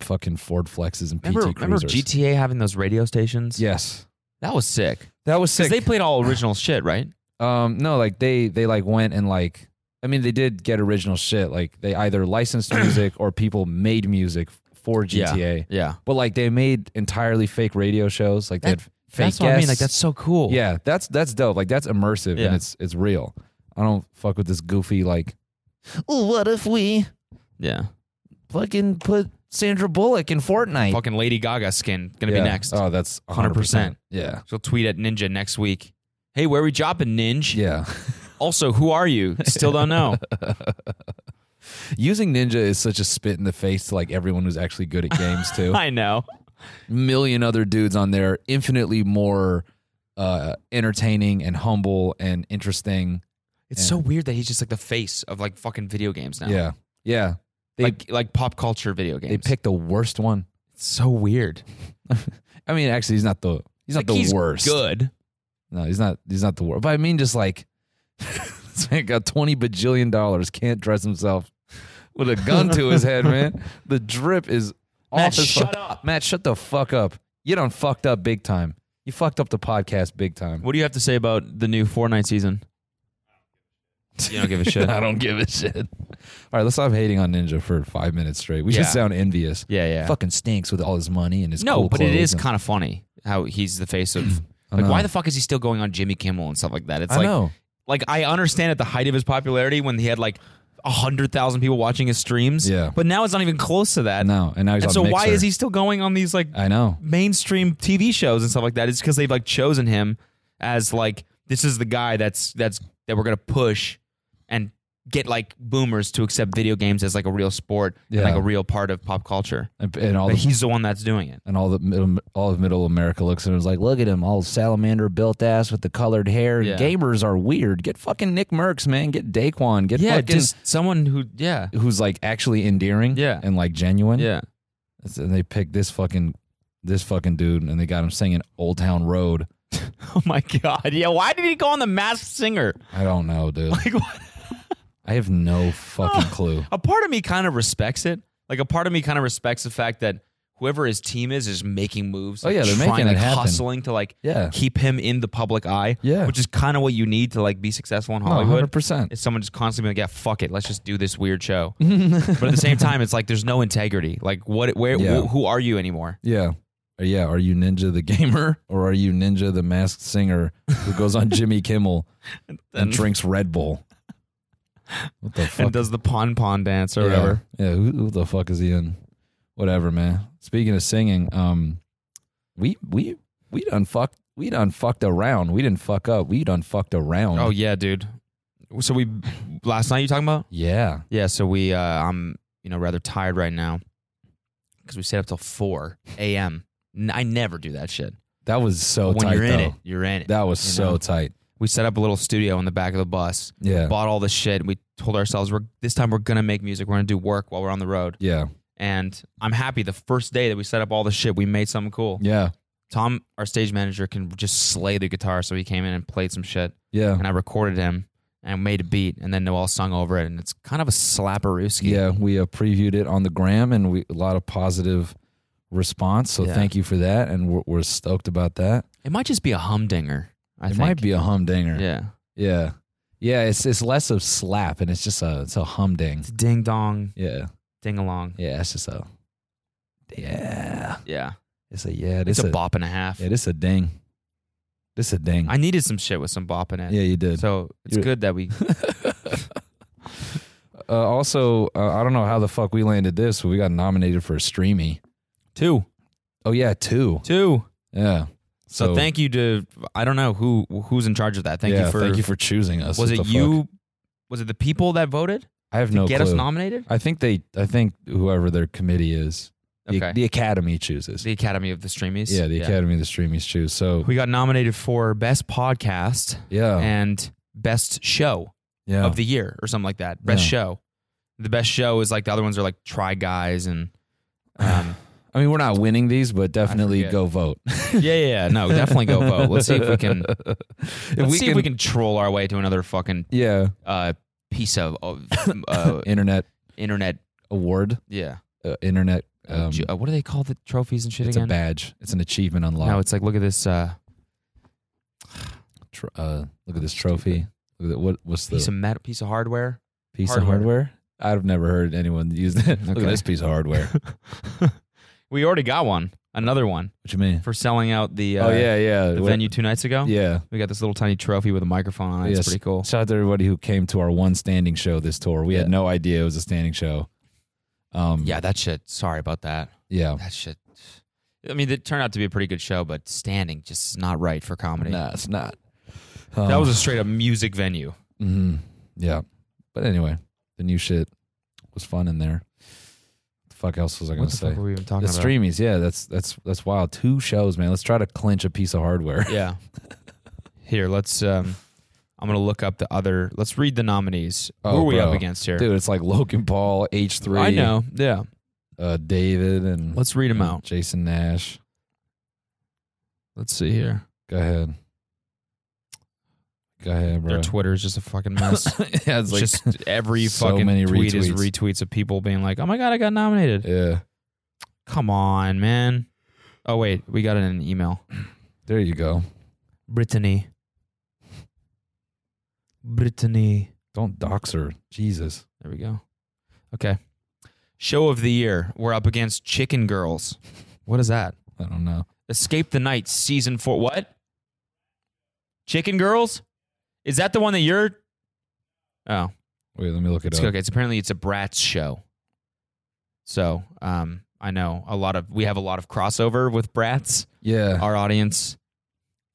[SPEAKER 6] fucking Ford flexes and PT
[SPEAKER 5] Remember, remember
[SPEAKER 6] cruisers.
[SPEAKER 5] GTA having those radio stations?
[SPEAKER 6] Yes,
[SPEAKER 5] That was sick.
[SPEAKER 6] that was
[SPEAKER 5] Because
[SPEAKER 6] sick.
[SPEAKER 5] they played all original shit, right?
[SPEAKER 6] Um, no, like they they like went and like I mean they did get original shit. Like they either licensed music or people made music for GTA.
[SPEAKER 5] Yeah.
[SPEAKER 6] But like they made entirely fake radio shows. Like they had
[SPEAKER 5] That-
[SPEAKER 6] fake
[SPEAKER 5] that's what I mean. Like
[SPEAKER 6] guests.
[SPEAKER 5] that's so cool.
[SPEAKER 6] yeah, that's that's dope. Like that's immersive
[SPEAKER 5] Yeah.
[SPEAKER 6] and it's it's real. I don't fuck with this goofy like. "Ooh, What if we
[SPEAKER 5] Yeah.
[SPEAKER 6] fucking put Sandra Bullock in Fortnite?
[SPEAKER 5] Fucking Lady Gaga skin gonna
[SPEAKER 6] Yeah.
[SPEAKER 5] be next.
[SPEAKER 6] Oh, that's 100%.
[SPEAKER 5] 100%.
[SPEAKER 6] Yeah.
[SPEAKER 5] She'll tweet at Ninja next week. Hey, where we dropping, Ninja?
[SPEAKER 6] Yeah.
[SPEAKER 5] Also, who are you? Still don't know.
[SPEAKER 6] Using Ninja is such a spit in the face to like everyone who's actually good at games too.
[SPEAKER 5] I know.
[SPEAKER 6] million other dudes on there, infinitely more uh, entertaining and humble and interesting.
[SPEAKER 5] It's
[SPEAKER 6] Yeah.
[SPEAKER 5] so weird that he's just like the face of like fucking video games now.
[SPEAKER 6] Yeah, yeah. They
[SPEAKER 5] like like pop culture video games.
[SPEAKER 6] they picked the worst one.
[SPEAKER 5] It's so weird.
[SPEAKER 6] I mean, actually, he's not the he's not
[SPEAKER 5] Like,
[SPEAKER 6] the worst.
[SPEAKER 5] Good.
[SPEAKER 6] No, he's not. He's not the worst. But I mean, just like this man got twenty bajillion dollars, can't dress himself with a gun to his head, man. The drip is off.
[SPEAKER 5] Matt,
[SPEAKER 6] as
[SPEAKER 5] shut
[SPEAKER 6] fuck.
[SPEAKER 5] up.
[SPEAKER 6] Matt. Shut the fuck up. You done fucked up big time. You fucked up the podcast big time.
[SPEAKER 5] What do you have to say about the new Fortnite season? You don't give a shit.
[SPEAKER 6] I don't give a shit. All right, let's stop hating on Ninja for five minutes straight. We
[SPEAKER 5] Yeah.
[SPEAKER 6] just sound envious.
[SPEAKER 5] Yeah, yeah.
[SPEAKER 6] Fucking stinks with all his money and his
[SPEAKER 5] no,
[SPEAKER 6] cool
[SPEAKER 5] but it
[SPEAKER 6] clothes
[SPEAKER 5] is
[SPEAKER 6] and-
[SPEAKER 5] kind of funny how he's the face of. Like,
[SPEAKER 6] know.
[SPEAKER 5] why the fuck is he still going on Jimmy Kimmel and stuff like that? It's
[SPEAKER 6] I
[SPEAKER 5] like,
[SPEAKER 6] know.
[SPEAKER 5] like I understand at the height of his popularity when he had like hundred thousand people watching his streams.
[SPEAKER 6] Yeah.
[SPEAKER 5] but now it's not even close to that.
[SPEAKER 6] No, and now he's
[SPEAKER 5] and
[SPEAKER 6] on
[SPEAKER 5] so why
[SPEAKER 6] Mixer.
[SPEAKER 5] is he still going on these like
[SPEAKER 6] I know.
[SPEAKER 5] mainstream TV shows and stuff like that. It's because they've like chosen him as like this is the guy that's that's that we're gonna push and get like boomers to accept video games as like a real sport
[SPEAKER 6] Yeah.
[SPEAKER 5] and like a real part of pop culture.
[SPEAKER 6] And, and all
[SPEAKER 5] But
[SPEAKER 6] the
[SPEAKER 5] he's the one that's doing it.
[SPEAKER 6] and all the middle, all of middle America looks at him is like, look at him, all salamander built ass with the colored hair.
[SPEAKER 5] Yeah.
[SPEAKER 6] Gamers are weird. Get fucking Nick Merckx, man. Get Daquan. Get fucking
[SPEAKER 5] just someone who yeah
[SPEAKER 6] who's like actually endearing.
[SPEAKER 5] Yeah.
[SPEAKER 6] and like genuine.
[SPEAKER 5] yeah
[SPEAKER 6] and they picked this fucking this fucking dude, and they got him singing "Old Town Road."
[SPEAKER 5] oh my god yeah why did he go on the Masked Singer
[SPEAKER 6] I don't know, dude.
[SPEAKER 5] like what?
[SPEAKER 6] I have no fucking clue.
[SPEAKER 5] a part of me kind of respects it like a part of me kind of respects the fact that whoever his team is is making moves
[SPEAKER 6] Oh, yeah,
[SPEAKER 5] like,
[SPEAKER 6] they're
[SPEAKER 5] trying,
[SPEAKER 6] making it
[SPEAKER 5] like
[SPEAKER 6] happen.
[SPEAKER 5] hustling to like
[SPEAKER 6] Yeah.
[SPEAKER 5] keep him in the public eye.
[SPEAKER 6] Yeah.
[SPEAKER 5] Which is kind of what you need to like be successful in Hollywood.
[SPEAKER 6] hundred percent.
[SPEAKER 5] Is someone just constantly being like, yeah, fuck it, let's just do this weird show. but at the same time, it's like there's no integrity. Like what where
[SPEAKER 6] Yeah.
[SPEAKER 5] wh- who are you anymore?
[SPEAKER 6] Yeah. Or Yeah. Are you Ninja the gamer or are you Ninja the masked singer who goes on Jimmy Kimmel and drinks Red Bull? What the fuck?
[SPEAKER 5] And does the pon pon dance or
[SPEAKER 6] yeah.
[SPEAKER 5] whatever.
[SPEAKER 6] Yeah. Who, who the fuck is he in? Whatever, man. Speaking of singing, um, we we we done fucked we done fucked around. We didn't fuck up. We done fucked around.
[SPEAKER 5] Oh yeah, dude. So we last night you talking about?
[SPEAKER 6] yeah.
[SPEAKER 5] Yeah, so we uh I'm, you know, rather tired right now cuz we stayed up till 4 a.m. N- I never do that shit.
[SPEAKER 6] That was so
[SPEAKER 5] when
[SPEAKER 6] tight
[SPEAKER 5] you're in
[SPEAKER 6] though.
[SPEAKER 5] it, you're in it.
[SPEAKER 6] That was
[SPEAKER 5] you
[SPEAKER 6] so
[SPEAKER 5] know?
[SPEAKER 6] tight.
[SPEAKER 5] we set up a little studio in the back of the bus.
[SPEAKER 6] Yeah.
[SPEAKER 5] bought all the shit. We told ourselves we're this time we're gonna make music. We're gonna do work while we're on the road.
[SPEAKER 6] Yeah.
[SPEAKER 5] And I'm happy the first day that we set up all the shit, we made something cool.
[SPEAKER 6] Yeah.
[SPEAKER 5] Tom, our stage manager, can just slay the guitar, so he came in and played some shit,
[SPEAKER 6] Yeah.
[SPEAKER 5] and I recorded him and made a beat, and then Noel sung over it, and it's kind of a slapperooski.
[SPEAKER 6] Yeah, we uh, previewed it on the gram, and we a lot of positive response. So
[SPEAKER 5] Yeah.
[SPEAKER 6] thank you for that, and we're, we're stoked about that.
[SPEAKER 5] it might just be a humdinger. I
[SPEAKER 6] it
[SPEAKER 5] think.
[SPEAKER 6] might be a humdinger.
[SPEAKER 5] Yeah,
[SPEAKER 6] yeah, Yeah, it's it's less of slap and it's just a it's a humding.
[SPEAKER 5] Ding dong,
[SPEAKER 6] Yeah,
[SPEAKER 5] ding along.
[SPEAKER 6] yeah, it's just a yeah.
[SPEAKER 5] Yeah,
[SPEAKER 6] It's a yeah.
[SPEAKER 5] it's,
[SPEAKER 6] It's,
[SPEAKER 5] a, bop and a half.
[SPEAKER 6] It is a ding. It's a ding.
[SPEAKER 5] I needed some shit with some bop in it.
[SPEAKER 6] yeah, you did.
[SPEAKER 5] So it's
[SPEAKER 6] You're-
[SPEAKER 5] good that we.
[SPEAKER 6] uh, also, uh, I don't know how the fuck we landed this, but we got nominated for a streamy.
[SPEAKER 5] two.
[SPEAKER 6] Oh yeah, two.
[SPEAKER 5] Two.
[SPEAKER 6] Yeah.
[SPEAKER 5] So, thank you to I don't know who who's in charge of that. Thank
[SPEAKER 6] yeah,
[SPEAKER 5] you for
[SPEAKER 6] thank you for choosing us.
[SPEAKER 5] was
[SPEAKER 6] What
[SPEAKER 5] it
[SPEAKER 6] the
[SPEAKER 5] you
[SPEAKER 6] fuck?
[SPEAKER 5] was it the people that voted
[SPEAKER 6] I have
[SPEAKER 5] to
[SPEAKER 6] no
[SPEAKER 5] get
[SPEAKER 6] clue.
[SPEAKER 5] us nominated?
[SPEAKER 6] I think they. I think whoever their committee is, the,
[SPEAKER 5] Okay.
[SPEAKER 6] the academy chooses.
[SPEAKER 5] The Academy of the Streamies.
[SPEAKER 6] yeah, the academy of the streamies choose. So
[SPEAKER 5] We got nominated for best podcast
[SPEAKER 6] yeah,
[SPEAKER 5] and best show
[SPEAKER 6] Oh. yeah,
[SPEAKER 5] of the year or something like that. Best
[SPEAKER 6] Yeah.
[SPEAKER 5] show. The best show is like the other ones are like Try Guys and um,
[SPEAKER 6] I mean, we're not winning these, but definitely
[SPEAKER 5] forget.
[SPEAKER 6] go vote.
[SPEAKER 5] yeah, yeah, yeah, no, definitely go vote. Let's see if we can
[SPEAKER 6] If
[SPEAKER 5] let's see if we can troll our way to another fucking
[SPEAKER 6] Yeah,
[SPEAKER 5] uh, piece of, of uh,
[SPEAKER 6] internet
[SPEAKER 5] internet.
[SPEAKER 6] award,
[SPEAKER 5] Yeah,
[SPEAKER 6] uh, internet.
[SPEAKER 5] Uh,
[SPEAKER 6] Um,
[SPEAKER 5] ju- uh, what do they call the trophies and shit
[SPEAKER 6] it's a
[SPEAKER 5] again?
[SPEAKER 6] badge. It's an achievement unlocked.
[SPEAKER 5] no, it's like look at this uh,
[SPEAKER 6] Tr- uh, look at this trophy. Look at the, what? What's the
[SPEAKER 5] piece of metal, piece of hardware.
[SPEAKER 6] piece of
[SPEAKER 5] hardware.
[SPEAKER 6] hardware? I've never heard anyone use that. Look
[SPEAKER 5] Okay.
[SPEAKER 6] at this piece of hardware.
[SPEAKER 5] we already got one, another one
[SPEAKER 6] What you mean?
[SPEAKER 5] for selling out the uh,
[SPEAKER 6] oh yeah, yeah.
[SPEAKER 5] the
[SPEAKER 6] What-
[SPEAKER 5] venue two nights ago.
[SPEAKER 6] Yeah.
[SPEAKER 5] We got this little tiny trophy with a microphone on it.
[SPEAKER 6] Yes.
[SPEAKER 5] It's pretty cool.
[SPEAKER 6] Shout out to everybody who came to our one standing show this tour. We had
[SPEAKER 5] Yeah.
[SPEAKER 6] no idea it was a standing show. Um,
[SPEAKER 5] Yeah, that shit. Sorry about that.
[SPEAKER 6] yeah.
[SPEAKER 5] That shit. I mean, it turned out to be a pretty good show, but standing just is not right for comedy.
[SPEAKER 6] Nah, it's not.
[SPEAKER 5] That was a straight up music venue.
[SPEAKER 6] hmm Yeah. But anyway, the new shit was fun in there. The fuck else was I going
[SPEAKER 5] What
[SPEAKER 6] to
[SPEAKER 5] the
[SPEAKER 6] say?
[SPEAKER 5] fuck were we even
[SPEAKER 6] The
[SPEAKER 5] talking about?
[SPEAKER 6] streamies, yeah, that's that's that's wild. Two shows, man. Let's try to clinch a piece of hardware.
[SPEAKER 5] Yeah. Here, let's. um I'm gonna look up the other. Let's read the nominees. Who
[SPEAKER 6] Oh,
[SPEAKER 5] are we up
[SPEAKER 6] bro.
[SPEAKER 5] against here?
[SPEAKER 6] Dude, it's like Logan Paul, H three.
[SPEAKER 5] I know. Yeah.
[SPEAKER 6] Uh, David and
[SPEAKER 5] Let's read them out.
[SPEAKER 6] Jason Nash.
[SPEAKER 5] Let's see here.
[SPEAKER 6] Go ahead. Go ahead, bro.
[SPEAKER 5] Their Twitter is just a fucking mess.
[SPEAKER 6] yeah, it's
[SPEAKER 5] It's
[SPEAKER 6] like,
[SPEAKER 5] just every
[SPEAKER 6] so
[SPEAKER 5] fucking
[SPEAKER 6] many
[SPEAKER 5] tweet is
[SPEAKER 6] retweets.
[SPEAKER 5] retweets of people being like, "Oh my god, I got nominated."
[SPEAKER 6] yeah.
[SPEAKER 5] Come on, man. Oh wait, we got it in an email.
[SPEAKER 6] There you go.
[SPEAKER 5] Brittany. Brittany.
[SPEAKER 6] Don't dox her. Jesus.
[SPEAKER 5] There we go. Okay. Show of the year. We're up against Chicken Girls. What is that?
[SPEAKER 6] I don't know.
[SPEAKER 5] Escape the Night season 4. What? Chicken Girls? Is that the one that you're Oh.
[SPEAKER 6] Wait, let me look it
[SPEAKER 5] It's
[SPEAKER 6] up.
[SPEAKER 5] okay. It's apparently it's a brats show. So um, I know a lot of we have a lot of crossover with brats.
[SPEAKER 6] Yeah.
[SPEAKER 5] Our audience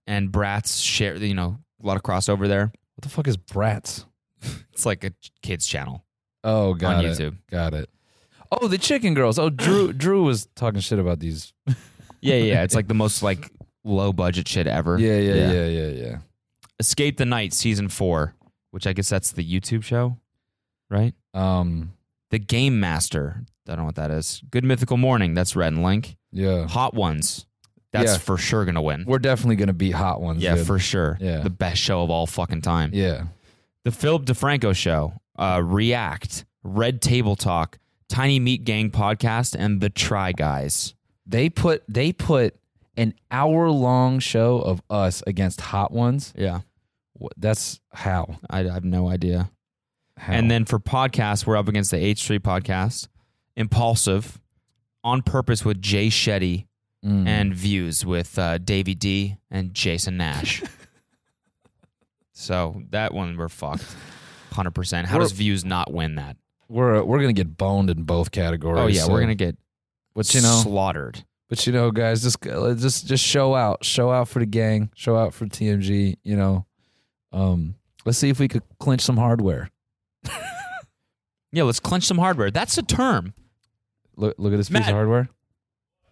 [SPEAKER 5] and brats share you know a lot of crossover there.
[SPEAKER 6] What the fuck is brats?
[SPEAKER 5] It's like a kids channel
[SPEAKER 6] Oh, got
[SPEAKER 5] on
[SPEAKER 6] it.
[SPEAKER 5] YouTube.
[SPEAKER 6] Got it. Oh, the chicken girls. Oh, Drew. Drew was talking shit about these.
[SPEAKER 5] Yeah, yeah. yeah. It's like the most like low budget shit ever.
[SPEAKER 6] Yeah, yeah, yeah, yeah, yeah.
[SPEAKER 5] Escape the Night season four, which I guess that's the YouTube show, right?
[SPEAKER 6] Um.
[SPEAKER 5] The Game Master. I don't know what that is. Good Mythical Morning. That's Red and Link.
[SPEAKER 6] Yeah.
[SPEAKER 5] Hot Ones. That's
[SPEAKER 6] Yeah.
[SPEAKER 5] for sure gonna win.
[SPEAKER 6] We're definitely gonna beat hot ones.
[SPEAKER 5] Yeah,
[SPEAKER 6] dude.
[SPEAKER 5] for sure.
[SPEAKER 6] Yeah.
[SPEAKER 5] The best show of all fucking time.
[SPEAKER 6] Yeah.
[SPEAKER 5] The Philip DeFranco show, uh, React, Red Table Talk, Tiny Meat Gang podcast, and The Try Guys.
[SPEAKER 6] They put they put an hour long show of us against hot ones.
[SPEAKER 5] Yeah.
[SPEAKER 6] Wha- That's how.
[SPEAKER 5] I, I have no idea.
[SPEAKER 6] how.
[SPEAKER 5] And then for podcasts, we're up against the H3 podcast, Impulsive, On Purpose with Jay Shetty,
[SPEAKER 6] Mm.
[SPEAKER 5] and Views with uh, Davey D and Jason Nash. so that one we're fucked. 100%. How
[SPEAKER 6] We're-
[SPEAKER 5] does Views not win that?
[SPEAKER 6] we're we're gonna get boned in both categories.
[SPEAKER 5] Oh, yeah.
[SPEAKER 6] so-
[SPEAKER 5] We're going to get
[SPEAKER 6] But you know,
[SPEAKER 5] slaughtered.
[SPEAKER 6] But you know, guys, just uh, just just show out, show out for the gang, show out for TMG. You know, um, let's see if we could clinch some hardware.
[SPEAKER 5] Yeah, let's clinch some hardware. That's a term.
[SPEAKER 6] Look, look at this piece
[SPEAKER 5] Matt.
[SPEAKER 6] of hardware.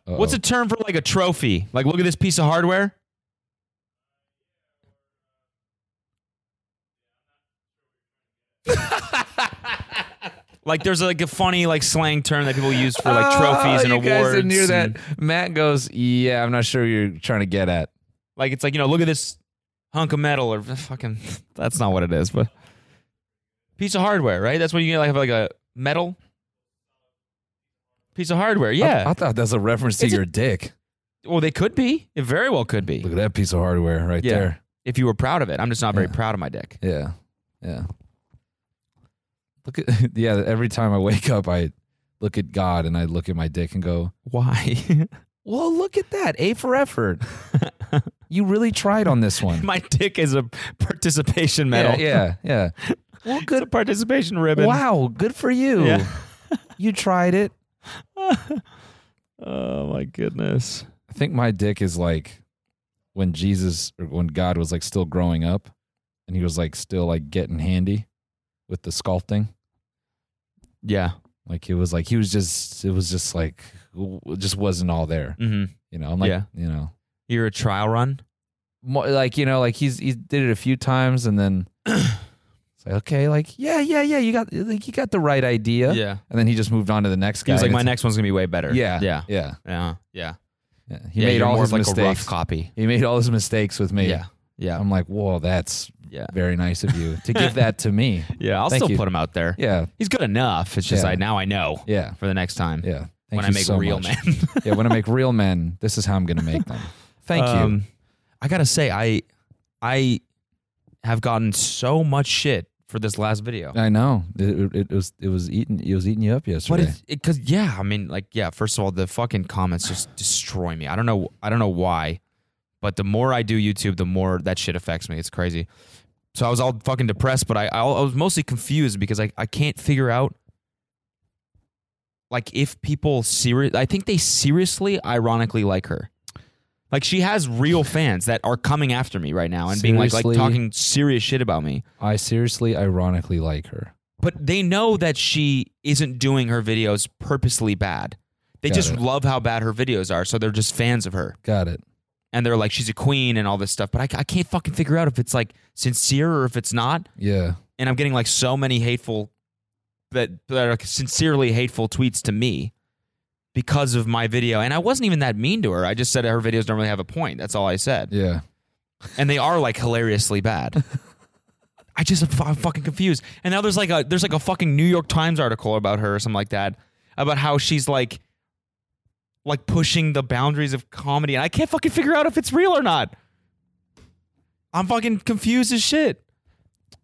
[SPEAKER 6] Uh-oh.
[SPEAKER 5] What's a term for like a trophy? Like, look at this piece of hardware. like, there's like a funny like slang term that people use for like trophies and
[SPEAKER 6] Ah, you
[SPEAKER 5] awards.
[SPEAKER 6] Guys didn't hear
[SPEAKER 5] and-
[SPEAKER 6] that. Matt goes, "Yeah, I'm not sure what you're trying to get at."
[SPEAKER 5] like, it's like you know, look at this hunk of metal or fucking. That's not what it is, but piece of hardware, right? That's what you get, like have like a metal piece of hardware. Yeah.
[SPEAKER 6] I, I thought that's a reference to
[SPEAKER 5] It's a-
[SPEAKER 6] your dick.
[SPEAKER 5] Well, they could be. It very well could be.
[SPEAKER 6] Look at that piece of hardware right
[SPEAKER 5] Yeah.
[SPEAKER 6] there.
[SPEAKER 5] If you were proud of it, I'm just not very
[SPEAKER 6] Yeah.
[SPEAKER 5] proud of my dick.
[SPEAKER 6] Yeah, Yeah. Look at yeah. Every time I wake up, I look at God and I look at my dick and go,
[SPEAKER 5] Why?
[SPEAKER 6] "Well, look at that, A for effort. you really tried on this one.
[SPEAKER 5] My dick is a participation
[SPEAKER 6] yeah,
[SPEAKER 5] medal.
[SPEAKER 6] yeah, yeah. Well,
[SPEAKER 5] It's a
[SPEAKER 6] good.
[SPEAKER 5] participation ribbon.
[SPEAKER 6] Wow, good for you.
[SPEAKER 5] Yeah.
[SPEAKER 6] you tried it.
[SPEAKER 5] Oh my goodness.
[SPEAKER 6] I think my dick is like when Jesus or when God was like still growing up and he was like still like getting handy with the sculpting.
[SPEAKER 5] Yeah.
[SPEAKER 6] Like it was like he was just it was just like w- just wasn't all there.
[SPEAKER 5] Mm-hmm.
[SPEAKER 6] You know, I'm like
[SPEAKER 5] Yeah.
[SPEAKER 6] you know.
[SPEAKER 5] You're a trial run.
[SPEAKER 6] More, like, you know, like he's he did it a few times and then it's like, okay, like, yeah, yeah, yeah, you got like you got the right idea. And then he just moved on to the next
[SPEAKER 5] He
[SPEAKER 6] guy.
[SPEAKER 5] was like,
[SPEAKER 6] and
[SPEAKER 5] my
[SPEAKER 6] it's-
[SPEAKER 5] next one's gonna be way better.
[SPEAKER 6] Yeah.
[SPEAKER 5] Yeah.
[SPEAKER 6] Yeah.
[SPEAKER 5] Yeah. Yeah.
[SPEAKER 6] yeah. He
[SPEAKER 5] Yeah,
[SPEAKER 6] made
[SPEAKER 5] you're
[SPEAKER 6] all
[SPEAKER 5] more of
[SPEAKER 6] his
[SPEAKER 5] like a rough
[SPEAKER 6] mistakes. Um,
[SPEAKER 5] copy.
[SPEAKER 6] He made all his mistakes with me.
[SPEAKER 5] Yeah. Yeah.
[SPEAKER 6] I'm like, whoa, that's
[SPEAKER 5] Yeah.
[SPEAKER 6] very nice of you to give that to me.
[SPEAKER 5] Yeah. I'll
[SPEAKER 6] Thank
[SPEAKER 5] still
[SPEAKER 6] you.
[SPEAKER 5] put him out there.
[SPEAKER 6] Yeah,
[SPEAKER 5] He's good enough. It's just
[SPEAKER 6] Yeah.
[SPEAKER 5] like now I know
[SPEAKER 6] yeah,
[SPEAKER 5] for the next time.
[SPEAKER 6] yeah. Thank
[SPEAKER 5] When I
[SPEAKER 6] you
[SPEAKER 5] make
[SPEAKER 6] so
[SPEAKER 5] real
[SPEAKER 6] much.
[SPEAKER 5] men.
[SPEAKER 6] yeah, when I make real men, this is how I'm gonna make them. Thank you.
[SPEAKER 5] Um, I gotta say, I I have gotten so much shit for this last video.
[SPEAKER 6] I know it, it, it was it was eating it was eating you up
[SPEAKER 5] But
[SPEAKER 6] yesterday.
[SPEAKER 5] it's because yeah, I mean, like yeah. First of all, the fucking comments just destroy me. I don't know. I don't know why. But the more I do YouTube, the more that shit affects me. It's crazy. So I was all fucking depressed, but I I was mostly confused because I I can't figure out like if people serious. I think they seriously, ironically like her. Like she has real fans that are coming after me right now and being like like
[SPEAKER 6] Seriously?
[SPEAKER 5] talking serious shit about me
[SPEAKER 6] I seriously, ironically like her.
[SPEAKER 5] but they know that she isn't doing her videos purposely bad. They
[SPEAKER 6] Got
[SPEAKER 5] just
[SPEAKER 6] it.
[SPEAKER 5] love how bad her videos are, so they're just fans of her,
[SPEAKER 6] Got it.
[SPEAKER 5] and they're like, she's a queen and all this stuff. But I, I can't fucking figure out if it's like sincere or if it's not.
[SPEAKER 6] Yeah,
[SPEAKER 5] And I'm getting like so many hateful, that that are sincerely hateful tweets to me because of my video. And I wasn't even that mean to her. I just said her videos don't really have a point. That's all I said.
[SPEAKER 6] yeah.
[SPEAKER 5] And they are like hilariously bad. I just I'm fucking confused. And now there's like a there's like a fucking New York Times article about her or something like that about how she's like like pushing the boundaries of comedy and I can't fucking figure out if it's real or not. I'm fucking confused as shit.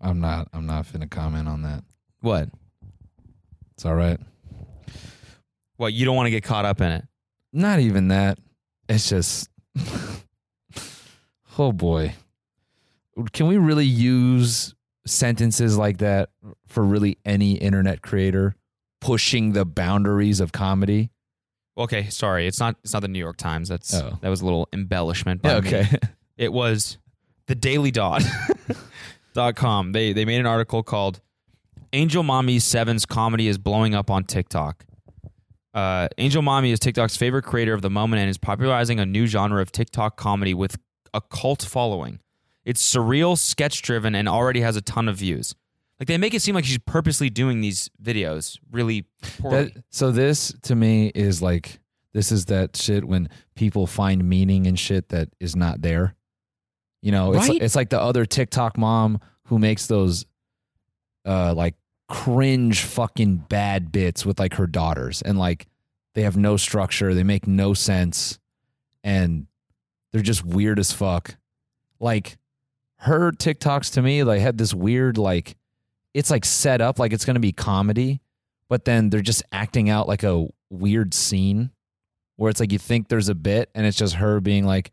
[SPEAKER 6] I'm not. I'm not finna comment on that.
[SPEAKER 5] What?
[SPEAKER 6] It's all right.
[SPEAKER 5] Well, you don't want to get caught up in it.
[SPEAKER 6] Not even that. It's just. oh boy. Can we really use sentences like that for really any internet creator pushing the boundaries of comedy?
[SPEAKER 5] Okay, sorry. It's not it's not the New York Times. That's
[SPEAKER 6] Oh.
[SPEAKER 5] that was a little embellishment. by me. It was the Daily Dot dot com. They they made an article called "Angel Mommy Seven's comedy is blowing up on TikTok." Uh, Angel Mommy is TikTok's favorite creator of the moment and is popularizing a new genre of TikTok comedy with a cult following. It's surreal, sketch driven, and already has a ton of views. Like they make it seem like she's purposely doing these videos really poorly.
[SPEAKER 6] That, so this to me is like this is that shit when people find meaning in shit that is not there. You know, it's
[SPEAKER 5] Right?
[SPEAKER 6] it's like the other TikTok mom who makes those uh like cringe fucking bad bits with like her daughters and like they have no structure, they make no sense and they're just weird as fuck. Like her TikToks to me, they had this weird like it's like set up like it's gonna be comedy, but then they're just acting out like a weird scene where it's like you think there's a bit and it's just her being like,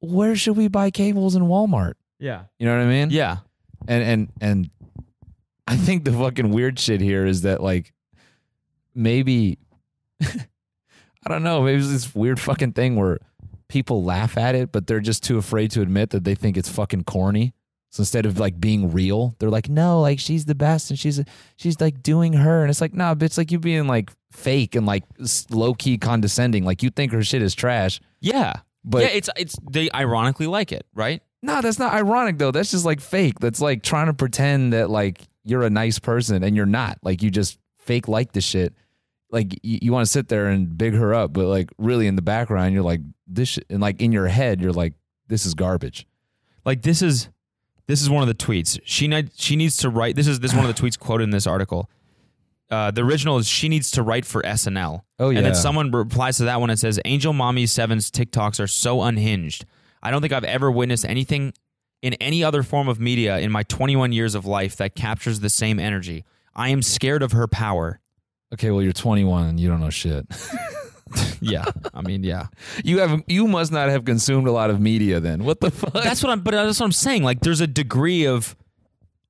[SPEAKER 6] Where should we buy cables in Walmart?
[SPEAKER 5] yeah,
[SPEAKER 6] You know what I mean?
[SPEAKER 5] yeah,
[SPEAKER 6] and and and I think the fucking weird shit here is that like maybe I don't know, maybe it's this weird fucking thing where people laugh at it, but they're just too afraid to admit that they think it's fucking corny. So instead of like being real, they're like, no, like she's the best and she's she's like doing her, and it's like, nah, bitch, like you being like fake and like low key condescending, like you think her shit is trash,
[SPEAKER 5] yeah.
[SPEAKER 6] but
[SPEAKER 5] yeah, it's it's they ironically like it, right?
[SPEAKER 6] no, that's not ironic though. That's just like fake. That's like trying to pretend that like you're a nice person and you're not. Like you just fake like the shit. Like you, you want to sit there and big her up, but like really in the background you're like this shit, and like in your head you're like this is garbage.
[SPEAKER 5] like this is this is one of the tweets she need, she needs to write this is this is one of the tweets quoted in this article uh, the original is she needs to write for SNL.
[SPEAKER 6] Oh,
[SPEAKER 5] And
[SPEAKER 6] yeah.
[SPEAKER 5] then someone replies to that one and says, "Angel Mommy Seven's TikToks are so unhinged. I don't think I've ever witnessed anything in any other form of media in my 21 years of life that captures the same energy. I am scared of her power.
[SPEAKER 6] Okay, well you're 21 and you don't know shit.
[SPEAKER 5] Yeah. I mean, yeah.
[SPEAKER 6] you have you must not have consumed a lot of media then. What the fuck?
[SPEAKER 5] That's what I'm. But that's what I'm saying. Like, there's a degree of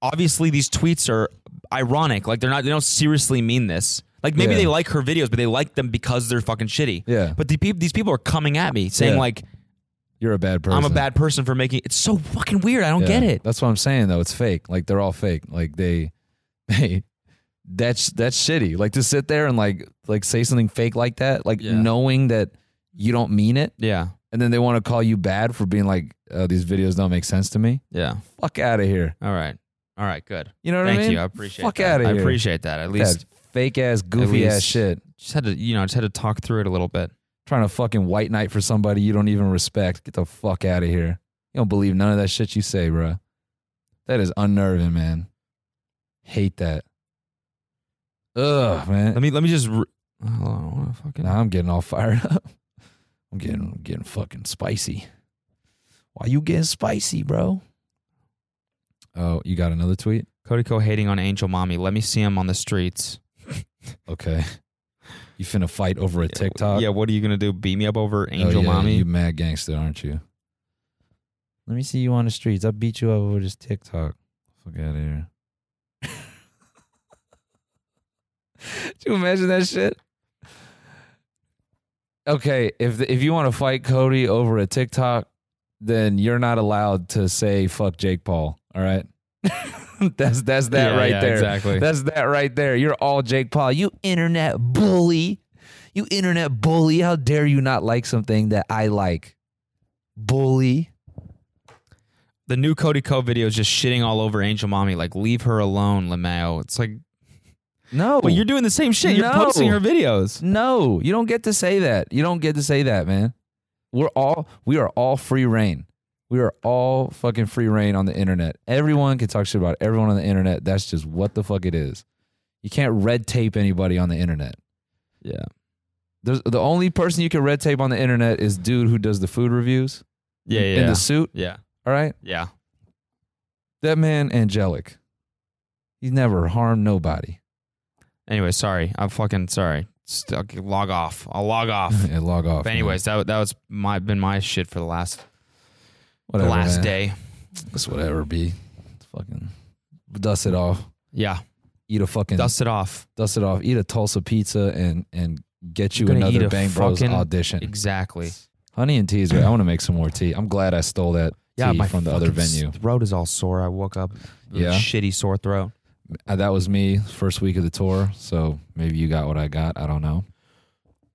[SPEAKER 5] obviously these tweets are ironic. Like, they're not. They don't seriously mean this. Like, maybe
[SPEAKER 6] Yeah.
[SPEAKER 5] they like her videos, but they like them because they're fucking shitty.
[SPEAKER 6] Yeah.
[SPEAKER 5] But the people, these people are coming at me saying
[SPEAKER 6] Yeah.
[SPEAKER 5] like,
[SPEAKER 6] you're a bad person.
[SPEAKER 5] I'm a bad person for making. It's so fucking weird. I don't
[SPEAKER 6] Yeah.
[SPEAKER 5] get it.
[SPEAKER 6] That's what I'm saying though. It's fake. Like they're all fake. Like they they that's that's shitty. Like to sit there and like like say something fake like that, like
[SPEAKER 5] Yeah.
[SPEAKER 6] knowing that you don't mean it,
[SPEAKER 5] Yeah.
[SPEAKER 6] and then they want to call you bad for being like uh, these videos don't make sense to me.
[SPEAKER 5] Yeah.
[SPEAKER 6] Fuck out of here.
[SPEAKER 5] All right. All right. Good.
[SPEAKER 6] You know what
[SPEAKER 5] Thank
[SPEAKER 6] I mean?
[SPEAKER 5] you. I appreciate.
[SPEAKER 6] Fuck
[SPEAKER 5] that.
[SPEAKER 6] outta
[SPEAKER 5] I
[SPEAKER 6] here.
[SPEAKER 5] appreciate that. At least
[SPEAKER 6] fake ass goofy ass
[SPEAKER 5] least-
[SPEAKER 6] shit.
[SPEAKER 5] just had to. You know, just had to talk through it a little bit.
[SPEAKER 6] Trying to fucking white knight for somebody you don't even respect. Get the fuck out of here. You don't believe none of that shit you say, bruh. That is unnerving, man. Hate that. Ugh, man.
[SPEAKER 5] Let me. Let me just. Re- Hold on, I wanna fucking.
[SPEAKER 6] Now I'm getting all fired up. I'm getting getting fucking spicy. Why you getting spicy, bro? Oh, you got another tweet?
[SPEAKER 5] Cody Co hating on Angel Mommy. Let me see him on the streets.
[SPEAKER 6] Okay. You finna fight over a TikTok?
[SPEAKER 5] Yeah, what are you gonna do? Beat me up over
[SPEAKER 6] Oh,
[SPEAKER 5] Angel
[SPEAKER 6] yeah,
[SPEAKER 5] Mommy?
[SPEAKER 6] You mad gangster, aren't you? Let me see you on the streets. I'll beat you up over this TikTok. Fuck out of here. Do you imagine that shit? Okay, if if you want to fight Cody over a TikTok, then you're not allowed to say fuck Jake Paul. All right. that's that's that
[SPEAKER 5] Yeah,
[SPEAKER 6] right
[SPEAKER 5] yeah,
[SPEAKER 6] there.
[SPEAKER 5] exactly.
[SPEAKER 6] That's that right there. You're all Jake Paul. You internet bully. You internet bully. How dare you not like something that I like? Bully.
[SPEAKER 5] the new Cody Co video is just shitting all over Angel Mommy. Like, leave her alone, Lameo. It's like,
[SPEAKER 6] No.
[SPEAKER 5] but you're doing the same shit. You're
[SPEAKER 6] No.
[SPEAKER 5] posting her videos.
[SPEAKER 6] No, you don't get to say that. You don't get to say that, man. We're all we are all free reign. We are all fucking free reign on the internet. Everyone can talk shit about everyone on the internet. That's just what the fuck it is. You can't red tape anybody on the internet.
[SPEAKER 5] Yeah.
[SPEAKER 6] There's, the only person you can red tape on the internet is dude who does the food reviews
[SPEAKER 5] Yeah, yeah,
[SPEAKER 6] in
[SPEAKER 5] yeah.
[SPEAKER 6] the suit.
[SPEAKER 5] yeah,
[SPEAKER 6] All right,
[SPEAKER 5] yeah.
[SPEAKER 6] that man angelic. He's never harmed nobody.
[SPEAKER 5] Anyway, sorry. I'm fucking sorry. Just, I'll log off. I'll log off.
[SPEAKER 6] Yeah, log off.
[SPEAKER 5] But
[SPEAKER 6] man.
[SPEAKER 5] anyways, that that was my been my shit for the last
[SPEAKER 6] whatever,
[SPEAKER 5] the last
[SPEAKER 6] man.
[SPEAKER 5] day.
[SPEAKER 6] It's whatever, B. It's fucking dust it off.
[SPEAKER 5] Yeah,
[SPEAKER 6] Eat a fucking
[SPEAKER 5] dust it off.
[SPEAKER 6] dust it off, eat a Tulsa pizza, and and get you
[SPEAKER 5] You're gonna eat
[SPEAKER 6] another
[SPEAKER 5] a
[SPEAKER 6] Bang Bros
[SPEAKER 5] fucking-
[SPEAKER 6] audition.
[SPEAKER 5] Exactly.
[SPEAKER 6] Honey and tea is right. I want to make some more tea. I'm glad I stole that
[SPEAKER 5] Yeah,
[SPEAKER 6] tea
[SPEAKER 5] my
[SPEAKER 6] from the other
[SPEAKER 5] fucking
[SPEAKER 6] venue.
[SPEAKER 5] Throat is all sore. I woke up. with a
[SPEAKER 6] Yeah.
[SPEAKER 5] shitty sore throat.
[SPEAKER 6] Uh, that was me first week of the tour, so maybe you got what I got. I don't know.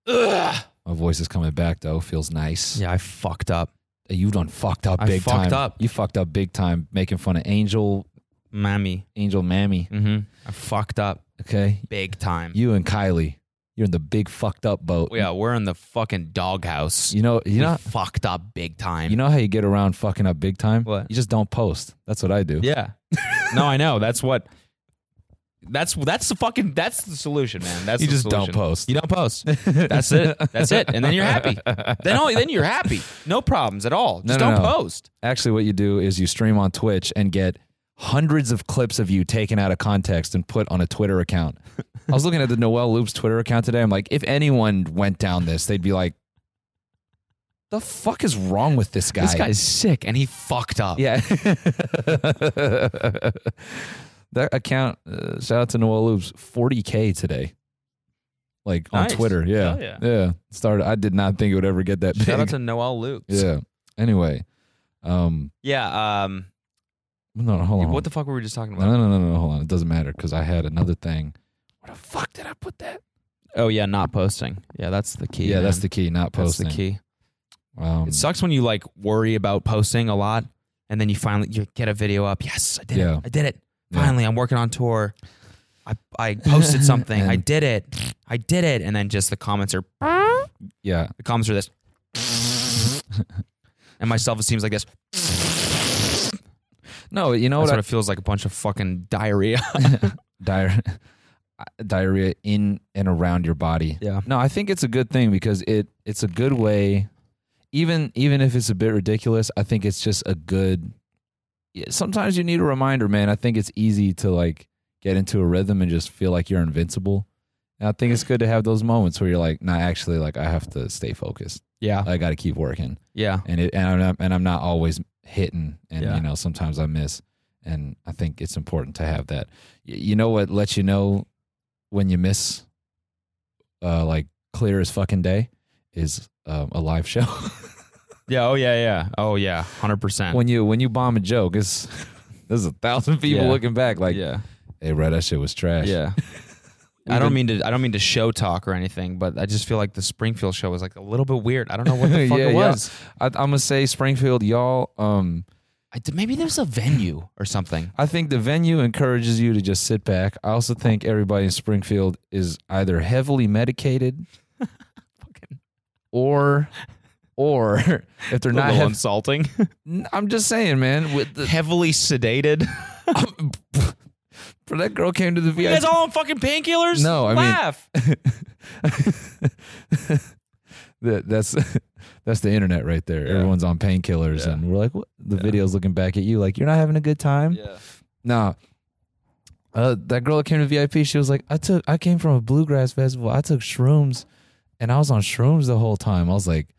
[SPEAKER 6] My voice is coming back though. Feels nice.
[SPEAKER 5] Yeah, I fucked up.
[SPEAKER 6] Uh, You done fucked up
[SPEAKER 5] I
[SPEAKER 6] big
[SPEAKER 5] fucked
[SPEAKER 6] time.
[SPEAKER 5] up.
[SPEAKER 6] You fucked up big time making fun of Angel
[SPEAKER 5] Mammy.
[SPEAKER 6] Angel Mammy.
[SPEAKER 5] Mm-hmm. I fucked up
[SPEAKER 6] Okay.
[SPEAKER 5] big time.
[SPEAKER 6] You and Kylie. You're in the big fucked up boat.
[SPEAKER 5] yeah, we're in the fucking doghouse.
[SPEAKER 6] You know you
[SPEAKER 5] We
[SPEAKER 6] know
[SPEAKER 5] fucked up big time.
[SPEAKER 6] you know how you get around fucking up big time?
[SPEAKER 5] What?
[SPEAKER 6] You just don't post. That's what I do.
[SPEAKER 5] yeah. no, I know. That's what. That's that's the fucking that's the solution, man. That's
[SPEAKER 6] You
[SPEAKER 5] the
[SPEAKER 6] just don't
[SPEAKER 5] solution.
[SPEAKER 6] post.
[SPEAKER 5] You don't post. That's it. That's it. And then you're happy. Then only then you're happy. No problems at all. Just
[SPEAKER 6] no,
[SPEAKER 5] don't
[SPEAKER 6] no.
[SPEAKER 5] post.
[SPEAKER 6] Actually, what you do is you stream on Twitch and get hundreds of clips of you taken out of context and put on a Twitter account. I was looking at the Noel Loops Twitter account today. I'm like, if anyone went down this, they'd be like, the fuck is wrong with this guy?
[SPEAKER 5] This guy's sick and he fucked up.
[SPEAKER 6] yeah. that account, uh, shout out to Noel Loops, 40K today. Like on
[SPEAKER 5] Nice.
[SPEAKER 6] Twitter. Yeah.
[SPEAKER 5] Hell yeah.
[SPEAKER 6] Started, I did not think it would ever get that big.
[SPEAKER 5] Shout out to Noel Loops.
[SPEAKER 6] yeah. Anyway, um,
[SPEAKER 5] Yeah, Um
[SPEAKER 6] no, hold on.
[SPEAKER 5] what the fuck were we just talking
[SPEAKER 6] No,
[SPEAKER 5] about?
[SPEAKER 6] no, no, no, no. Hold on. It doesn't matter because I had another thing. Where the fuck did I put that?
[SPEAKER 5] Oh yeah, not posting. Yeah, that's the key.
[SPEAKER 6] yeah, that's
[SPEAKER 5] man.
[SPEAKER 6] the key. Not
[SPEAKER 5] That's
[SPEAKER 6] posting.
[SPEAKER 5] the key.
[SPEAKER 6] Um,
[SPEAKER 5] It sucks when you like worry about posting a lot and then you finally you get a video up. Yes, I did
[SPEAKER 6] Yeah.
[SPEAKER 5] it. I did it.
[SPEAKER 6] Yeah.
[SPEAKER 5] Finally, I'm working on tour. I, I posted something. I
[SPEAKER 6] And-
[SPEAKER 5] did it. I did it. And then just the comments are
[SPEAKER 6] Yeah.
[SPEAKER 5] the comments are this. and my self esteem's like this.
[SPEAKER 6] No, you know
[SPEAKER 5] That's
[SPEAKER 6] what?
[SPEAKER 5] what it feels like a bunch of fucking diarrhea.
[SPEAKER 6] I, diar- diarrhea in and around your body.
[SPEAKER 5] Yeah.
[SPEAKER 6] No, I think it's a good thing because it it's a good way. Even even if it's a bit ridiculous, I think it's just a good yeah, sometimes you need a reminder, man. I think it's easy to like get into a rhythm and just feel like you're invincible. And I think it's good to have those moments where you're like, nah, actually, like I have to stay focused.
[SPEAKER 5] Yeah.
[SPEAKER 6] I got to keep working,
[SPEAKER 5] Yeah.
[SPEAKER 6] and it and I'm not, and I'm not always hitting, and
[SPEAKER 5] Yeah.
[SPEAKER 6] you know sometimes I miss, and I think it's important to have that. Y- you know what lets you know when you miss, uh, like clear as fucking day, is um, a live show.
[SPEAKER 5] Yeah. Oh yeah. Yeah. Oh yeah. Hundred percent.
[SPEAKER 6] when you when you bomb a joke, it's there's a thousand people
[SPEAKER 5] Yeah.
[SPEAKER 6] looking back like,
[SPEAKER 5] Yeah.
[SPEAKER 6] hey, bro, that shit was trash.
[SPEAKER 5] Yeah. I don't mean to. I don't mean to show talk or anything, but I just feel like the Springfield show was like a little bit weird. I don't know what the fuck
[SPEAKER 6] Yeah,
[SPEAKER 5] it
[SPEAKER 6] yeah.
[SPEAKER 5] was.
[SPEAKER 6] I, I'm gonna say Springfield, y'all. Um,
[SPEAKER 5] I did, maybe there's a venue or something.
[SPEAKER 6] I think the venue encourages you to just sit back. I also think everybody in Springfield is either heavily medicated, or, or if they're not, hev-
[SPEAKER 5] insulting.
[SPEAKER 6] N- I'm just saying, man. With the,
[SPEAKER 5] Heavily sedated.
[SPEAKER 6] that girl came to the
[SPEAKER 5] You
[SPEAKER 6] VIP.
[SPEAKER 5] guys all on fucking painkillers?
[SPEAKER 6] No, I mean-
[SPEAKER 5] laugh.
[SPEAKER 6] that, that's that's the internet right there. Everyone's on painkillers,
[SPEAKER 5] Yeah.
[SPEAKER 6] and we're like, what? the video's looking back at you, like you're not having a good time.
[SPEAKER 5] yeah.
[SPEAKER 6] Nah. Uh, that girl that came to VIP, she was like, I took, I came from a bluegrass festival. I took shrooms, and I was on shrooms the whole time. I was like,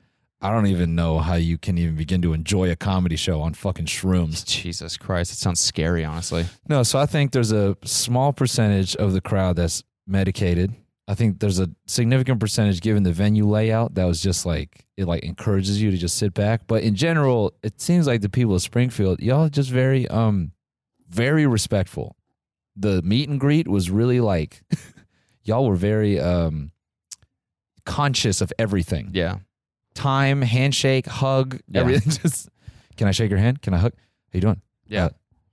[SPEAKER 6] I don't even know how you can even begin to enjoy a comedy show on fucking shrooms.
[SPEAKER 5] Jesus Christ, it sounds scary. Honestly,
[SPEAKER 6] No, so I think there's a small percentage of the crowd that's medicated. I think there's a significant percentage given the venue layout that was just like it like encourages you to just sit back. But in general, it seems like the people of Springfield, y'all are just very um very respectful. The meet and greet was really like y'all were very um conscious of everything.
[SPEAKER 5] yeah.
[SPEAKER 6] Time, handshake, hug,
[SPEAKER 5] Yeah.
[SPEAKER 6] everything just can I shake your hand? Can I hug? How you doing?
[SPEAKER 5] Yeah.
[SPEAKER 6] Uh,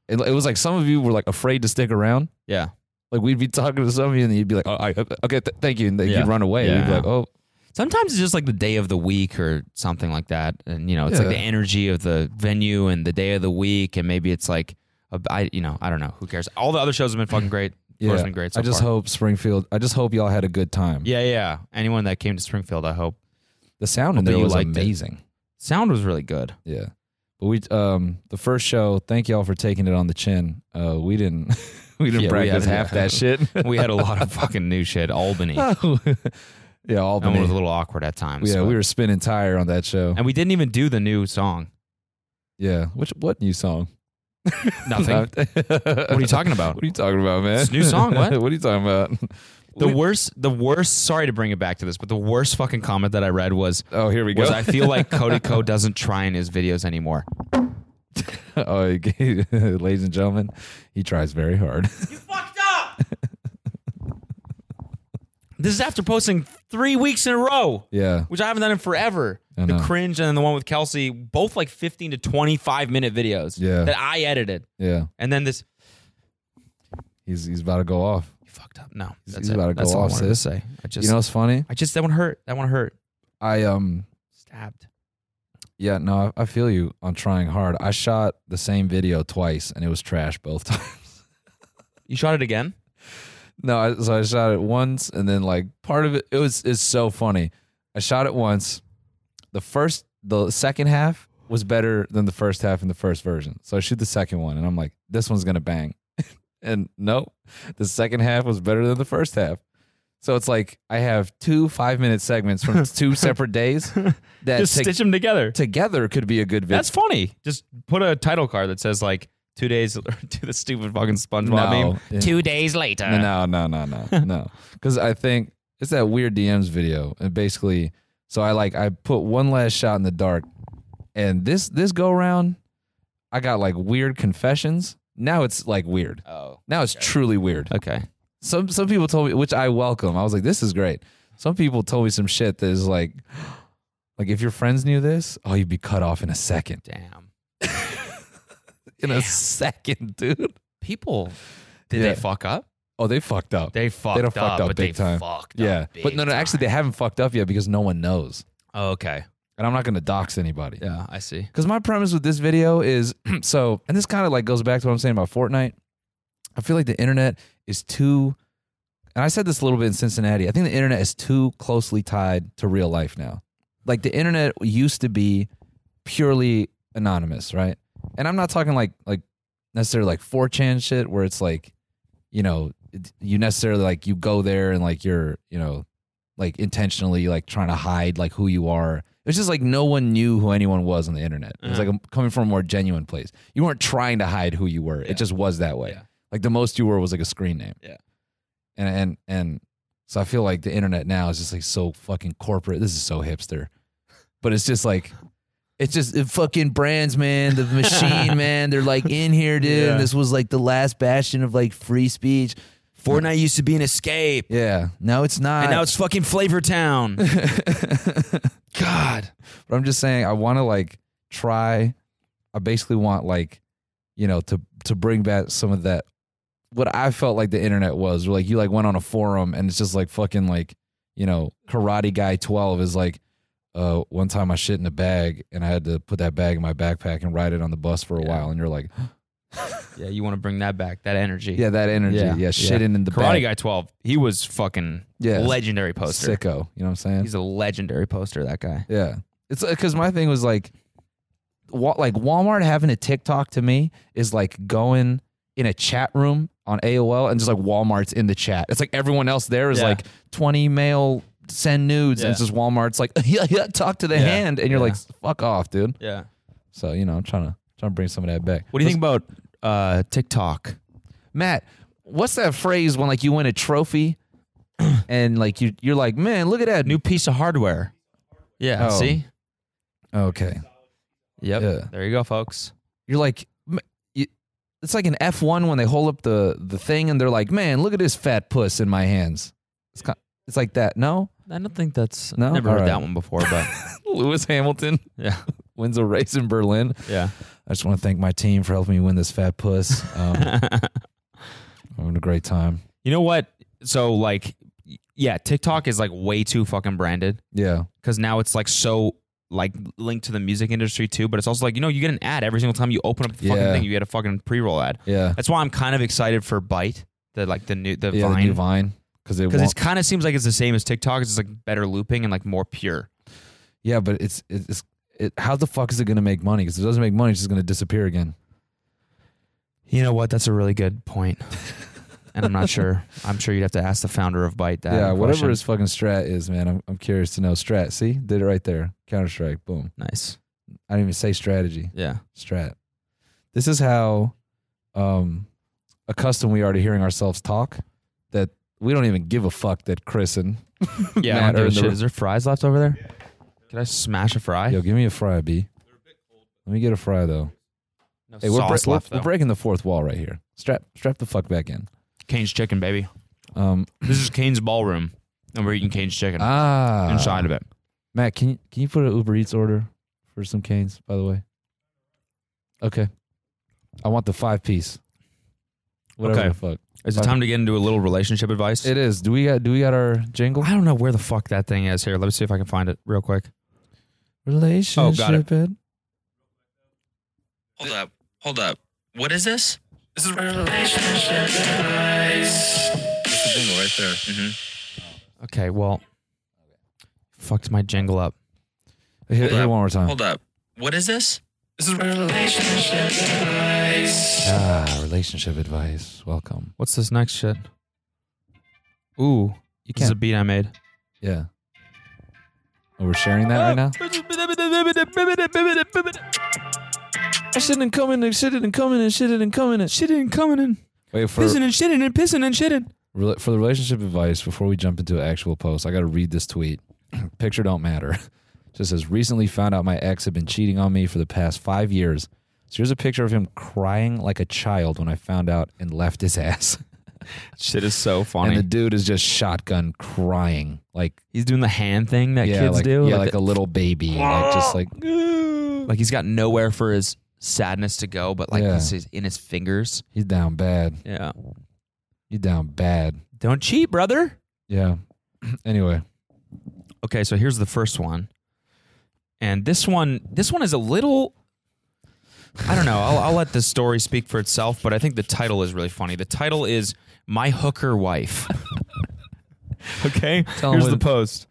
[SPEAKER 6] it, it was like some of you were like afraid to stick around.
[SPEAKER 5] Yeah.
[SPEAKER 6] Like we'd be talking to some of you, and you'd be like, "Oh, I, okay, th- thank you," and then
[SPEAKER 5] Yeah.
[SPEAKER 6] you'd run away. You'd be
[SPEAKER 5] Yeah.
[SPEAKER 6] like, "Oh,
[SPEAKER 5] Sometimes it's just like the day of the week or something like that, and you know, it's like
[SPEAKER 6] Yeah.
[SPEAKER 5] the energy of the venue and the day of the week, and maybe it's like, a, I you know, I don't know. Who cares? All the other shows have been fucking great. Yeah.
[SPEAKER 6] yeah."
[SPEAKER 5] been great. So
[SPEAKER 6] I just
[SPEAKER 5] far.
[SPEAKER 6] hope Springfield. I just hope y'all had a good time.
[SPEAKER 5] Yeah, yeah. Anyone that came to Springfield, I hope
[SPEAKER 6] The sound
[SPEAKER 5] Hope
[SPEAKER 6] in
[SPEAKER 5] that
[SPEAKER 6] there
[SPEAKER 5] you
[SPEAKER 6] was
[SPEAKER 5] liked it.
[SPEAKER 6] amazing.
[SPEAKER 5] sound was really good.
[SPEAKER 6] Yeah, but we um the first show. Thank y'all for taking it on the chin. Uh, we didn't we didn't
[SPEAKER 5] Yeah, we
[SPEAKER 6] practice
[SPEAKER 5] had-
[SPEAKER 6] half that shit.
[SPEAKER 5] We had a lot of fucking new shit. Albany, and
[SPEAKER 6] yeah,
[SPEAKER 5] it was a
[SPEAKER 6] Albany.
[SPEAKER 5] little awkward at times.
[SPEAKER 6] Yeah,
[SPEAKER 5] but-
[SPEAKER 6] we were spinning tire on that show.
[SPEAKER 5] and we didn't even do the new song.
[SPEAKER 6] Yeah, which what new song?
[SPEAKER 5] Nothing. what
[SPEAKER 6] what
[SPEAKER 5] are you talking about?
[SPEAKER 6] What are you talking about, man?
[SPEAKER 5] It's a new song, what?
[SPEAKER 6] what are you talking about?
[SPEAKER 5] The worst, the worst. Sorry to bring it back to this, but the worst fucking comment that I read was,
[SPEAKER 6] Oh, here we go.
[SPEAKER 5] was I feel like Cody Co doesn't try in his videos anymore.
[SPEAKER 6] oh, he gave- ladies and gentlemen, he tries very hard.
[SPEAKER 2] You fucked up.
[SPEAKER 5] This is after posting three weeks in a row,
[SPEAKER 6] yeah,
[SPEAKER 5] which I haven't done in forever.
[SPEAKER 6] I
[SPEAKER 5] The
[SPEAKER 6] know.
[SPEAKER 5] cringe and then the one with Kelsey, both like fifteen to twenty-five minute videos
[SPEAKER 6] Yeah.
[SPEAKER 5] that I edited,
[SPEAKER 6] yeah.
[SPEAKER 5] and then this.
[SPEAKER 6] He's he's about to go off.
[SPEAKER 5] You fucked up. No,
[SPEAKER 6] He's-
[SPEAKER 5] that's
[SPEAKER 6] he's
[SPEAKER 5] it.
[SPEAKER 6] about to
[SPEAKER 5] that's
[SPEAKER 6] go
[SPEAKER 5] all
[SPEAKER 6] off,
[SPEAKER 5] I wanted to
[SPEAKER 6] sis.
[SPEAKER 5] say. I just,
[SPEAKER 6] you know what's funny?
[SPEAKER 5] I just that one hurt. That one hurt.
[SPEAKER 6] I um
[SPEAKER 5] Stabbed.
[SPEAKER 6] yeah no I, I feel you on trying hard. I shot the same video twice and it was trash both times.
[SPEAKER 5] You shot it again.
[SPEAKER 6] No, I, so I shot it once, and then like part of it, it was it's so funny. I shot it once. The first, the second half was better than the first half in the first version. So I shoot the second one, and I'm like, this one's gonna bang. and nope, the second half was better than the first half. So it's like I have two five minute segments from two separate days that
[SPEAKER 5] Just
[SPEAKER 6] to-
[SPEAKER 5] stitch them together.
[SPEAKER 6] together could be a good video.
[SPEAKER 5] That's funny. Just put a title card that says like two days to the stupid fucking SpongeBob
[SPEAKER 6] No.
[SPEAKER 5] meme. Two days later.
[SPEAKER 6] No, no, no, no, no, no. Because I think it's that weird DMs video, and basically, so I like I put one last shot in the dark, and this this go round, I got like weird confessions. Now it's like weird.
[SPEAKER 5] Oh.
[SPEAKER 6] Now it's truly weird.
[SPEAKER 5] Okay.
[SPEAKER 6] Some some people told me, which I welcome. I was like, this is great. Some people told me some shit that is like, like if your friends knew this, oh, you'd be cut off in a second.
[SPEAKER 5] Damn.
[SPEAKER 6] In a second, dude.
[SPEAKER 5] People. Did
[SPEAKER 6] Yeah.
[SPEAKER 5] they fuck up?
[SPEAKER 6] Oh, they fucked up.
[SPEAKER 5] They fucked
[SPEAKER 6] done
[SPEAKER 5] up.
[SPEAKER 6] fucked up
[SPEAKER 5] but
[SPEAKER 6] big
[SPEAKER 5] they
[SPEAKER 6] time.
[SPEAKER 5] fucked
[SPEAKER 6] yeah,
[SPEAKER 5] up.
[SPEAKER 6] but no, no.
[SPEAKER 5] big
[SPEAKER 6] Actually, they
[SPEAKER 5] time.
[SPEAKER 6] haven't fucked up yet because no one knows.
[SPEAKER 5] Oh, okay.
[SPEAKER 6] and I'm not going to dox anybody.
[SPEAKER 5] Yeah, I see.
[SPEAKER 6] Because my premise with this video is so, and this kind of like goes back to what I'm saying about Fortnite. I feel like the internet is too, and I said this a little bit in Cincinnati. I think the internet is too closely tied to real life now. Like the internet used to be purely anonymous, right? and I'm not talking like like necessarily like 4chan shit where it's like, you know, it- you necessarily like you go there and like you're, you know, like intentionally like trying to hide like who you are. It's just like no one knew who anyone was on the internet. It was like a, coming from a more genuine place. You weren't trying to hide who you were. It just was that way.
[SPEAKER 5] Yeah.
[SPEAKER 6] Like the most you were was like a screen name.
[SPEAKER 5] Yeah.
[SPEAKER 6] And and and so I feel like the internet now is just like so fucking corporate. This is so hipster. But it's just like it's just it fucking brands, man. The machine, man. They're like in here, dude.
[SPEAKER 5] Yeah.
[SPEAKER 6] This was like the last bastion of like free speech.
[SPEAKER 5] Fortnite used to be an escape,
[SPEAKER 6] Yeah. No, it's not.
[SPEAKER 5] and now it's fucking Flavor Town.
[SPEAKER 6] God. But I'm just saying, I want to like try. I basically want like, you know, to to bring back some of that. What I felt like the internet was, where like you like went on a forum and it's just like fucking like, you know, karate guy twelve is like, uh, one time I shit in a bag and I had to put that bag in my backpack and ride it on the bus for a
[SPEAKER 5] Yeah.
[SPEAKER 6] while, and you're like,
[SPEAKER 5] yeah, you want to bring that back, that energy.
[SPEAKER 6] yeah, that energy, yeah, shitting in the
[SPEAKER 5] Karate
[SPEAKER 6] bag,
[SPEAKER 5] Guy 12. He was fucking
[SPEAKER 6] Yeah.
[SPEAKER 5] legendary poster.
[SPEAKER 6] sicko. You know what I'm saying?
[SPEAKER 5] He's a legendary poster. That guy.
[SPEAKER 6] Yeah. It's because my thing was like, wa- like Walmart having a TikTok to me is like going in a chat room on AOL and just like Walmart's in the chat. It's like everyone else there is
[SPEAKER 5] Yeah.
[SPEAKER 6] like 20 male send nudes and it's
[SPEAKER 5] Yeah.
[SPEAKER 6] just Walmart's like, yeah, yeah, talk to the hand. And you're like, fuck off, dude.
[SPEAKER 5] Yeah.
[SPEAKER 6] So, you know, I'm trying to, trying to bring some of that back.
[SPEAKER 5] What do you think about uh, TikTok?
[SPEAKER 6] Matt, what's that phrase when like you win a trophy and like you, you're like, man, look at that.
[SPEAKER 5] New piece of hardware. Yeah.
[SPEAKER 6] Oh.
[SPEAKER 5] See.
[SPEAKER 6] Okay.
[SPEAKER 5] Yep.
[SPEAKER 6] Yeah.
[SPEAKER 5] There you go, folks.
[SPEAKER 6] you're like m- you- it's like an F1 when they hold up the the thing and they're like, "Man, look at this fat puss in my hands." It's kind, it's like that. No,
[SPEAKER 5] I don't think that's.
[SPEAKER 6] No?
[SPEAKER 5] Never
[SPEAKER 6] All
[SPEAKER 5] heard
[SPEAKER 6] right.
[SPEAKER 5] that one before, but
[SPEAKER 6] Lewis Hamilton
[SPEAKER 5] yeah,
[SPEAKER 6] wins a race in Berlin.
[SPEAKER 5] yeah.
[SPEAKER 6] I just want to thank my team for helping me win this fat puss. Um, I'm having a great time.
[SPEAKER 5] You know what? So like, yeah, TikTok is like way too fucking branded
[SPEAKER 6] Yeah,
[SPEAKER 5] because now it's like so like linked to the music industry too. But it's also like you know you get an ad every single time you open up the fucking
[SPEAKER 6] Yeah.
[SPEAKER 5] thing. You get a fucking pre roll ad.
[SPEAKER 6] yeah,
[SPEAKER 5] That's why I'm kind of excited for Bite, the like the new the
[SPEAKER 6] yeah. The
[SPEAKER 5] Vine,
[SPEAKER 6] new Vine because it
[SPEAKER 5] because
[SPEAKER 6] won't,
[SPEAKER 5] it kind of seems like it's the same as TikTok. It's just like better looping and like more pure.
[SPEAKER 6] yeah, but it's it's it, how the fuck is it going to make money? Because if it doesn't make money, it's just going to disappear again.
[SPEAKER 5] You know what? That's a really good point. and I'm not sure. I'm sure you'd have to ask the founder of Bite that.
[SPEAKER 6] yeah, whatever
[SPEAKER 5] question.
[SPEAKER 6] his fucking strat is, man. I'm I'm curious to know strat. See, did it right there. Counter Strike, boom.
[SPEAKER 5] nice.
[SPEAKER 6] I didn't even say strategy.
[SPEAKER 5] Yeah.
[SPEAKER 6] Strat. This is how um, accustomed we are to hearing ourselves talk that we don't even give a fuck that Chris and
[SPEAKER 5] Yeah.
[SPEAKER 6] Matt
[SPEAKER 5] I don't
[SPEAKER 6] are
[SPEAKER 5] give
[SPEAKER 6] in
[SPEAKER 5] a
[SPEAKER 6] the
[SPEAKER 5] shit.
[SPEAKER 6] room.
[SPEAKER 5] Is there fries left over there? Can I smash a fry?
[SPEAKER 6] yo, give me a fry, B. Let me get a fry though.
[SPEAKER 5] No
[SPEAKER 6] Hey, we're, bre-
[SPEAKER 5] sauce
[SPEAKER 6] we're,
[SPEAKER 5] left
[SPEAKER 6] we're
[SPEAKER 5] though.
[SPEAKER 6] breaking the fourth wall right here. Strap, strap the fuck back in.
[SPEAKER 5] Kane's chicken, baby.
[SPEAKER 6] Um,
[SPEAKER 5] This is Kane's ballroom, and we're eating Kane's chicken
[SPEAKER 6] ah,
[SPEAKER 5] inside of it.
[SPEAKER 6] Matt, can you can you put an Uber Eats order for some canes? By the way, okay. I want the five piece. Whatever
[SPEAKER 5] Okay.
[SPEAKER 6] the fuck
[SPEAKER 5] Is it time to get into a little relationship advice?
[SPEAKER 6] Uh, it is. Do we got do we got our jingle?
[SPEAKER 5] I don't know where the fuck that thing is. Here, let me see if I can find it real quick.
[SPEAKER 3] Oh,
[SPEAKER 6] Relationship. ed.
[SPEAKER 3] Hold up. Hold up. What is this? This is relationship That's the jingle right there.
[SPEAKER 5] Okay, well, fucked my jingle up.
[SPEAKER 6] Hit,
[SPEAKER 3] Hold
[SPEAKER 6] hit
[SPEAKER 3] up.
[SPEAKER 6] one more time.
[SPEAKER 3] Hold up. What is this? This is relationship
[SPEAKER 6] Ah, relationship advice. Welcome.
[SPEAKER 5] What's this next shit? Ooh, you can. This is a
[SPEAKER 6] can't-
[SPEAKER 5] beat I made.
[SPEAKER 6] Yeah. Oh, we're sharing that right now. I shouldn't come in and shitting and coming and shitting and coming and
[SPEAKER 5] Shitting and coming and
[SPEAKER 6] Wait for
[SPEAKER 5] pissing and shitting and pissing and shitting.
[SPEAKER 6] rela- for the relationship advice before we jump into an actual post. I got to read this tweet. Picture don't matter. It just says recently found out my ex had been cheating on me for the past five years. So here's a picture of him crying like a child when I found out and left his ass.
[SPEAKER 5] Shit is so funny.
[SPEAKER 6] And the dude is just shotgun crying like
[SPEAKER 5] he's doing the hand thing that kids
[SPEAKER 6] like,
[SPEAKER 5] do.
[SPEAKER 6] Yeah, like,
[SPEAKER 5] like,
[SPEAKER 6] a little baby. Like just like
[SPEAKER 5] the- like he's got nowhere for his sadness to go, but like
[SPEAKER 6] Yeah.
[SPEAKER 5] it's his- in his fingers.
[SPEAKER 6] he's down bad.
[SPEAKER 5] Yeah.
[SPEAKER 6] He's down bad.
[SPEAKER 5] Don't cheat, brother.
[SPEAKER 6] Yeah. anyway.
[SPEAKER 5] Okay, so here's the first one. And this one, this one is a little. I don't know. I'll, I'll let the story speak for itself, but I think the title is really funny. The title is "My Hooker Wife." okay,
[SPEAKER 6] Tell 'em
[SPEAKER 5] here's
[SPEAKER 6] what-
[SPEAKER 5] the post.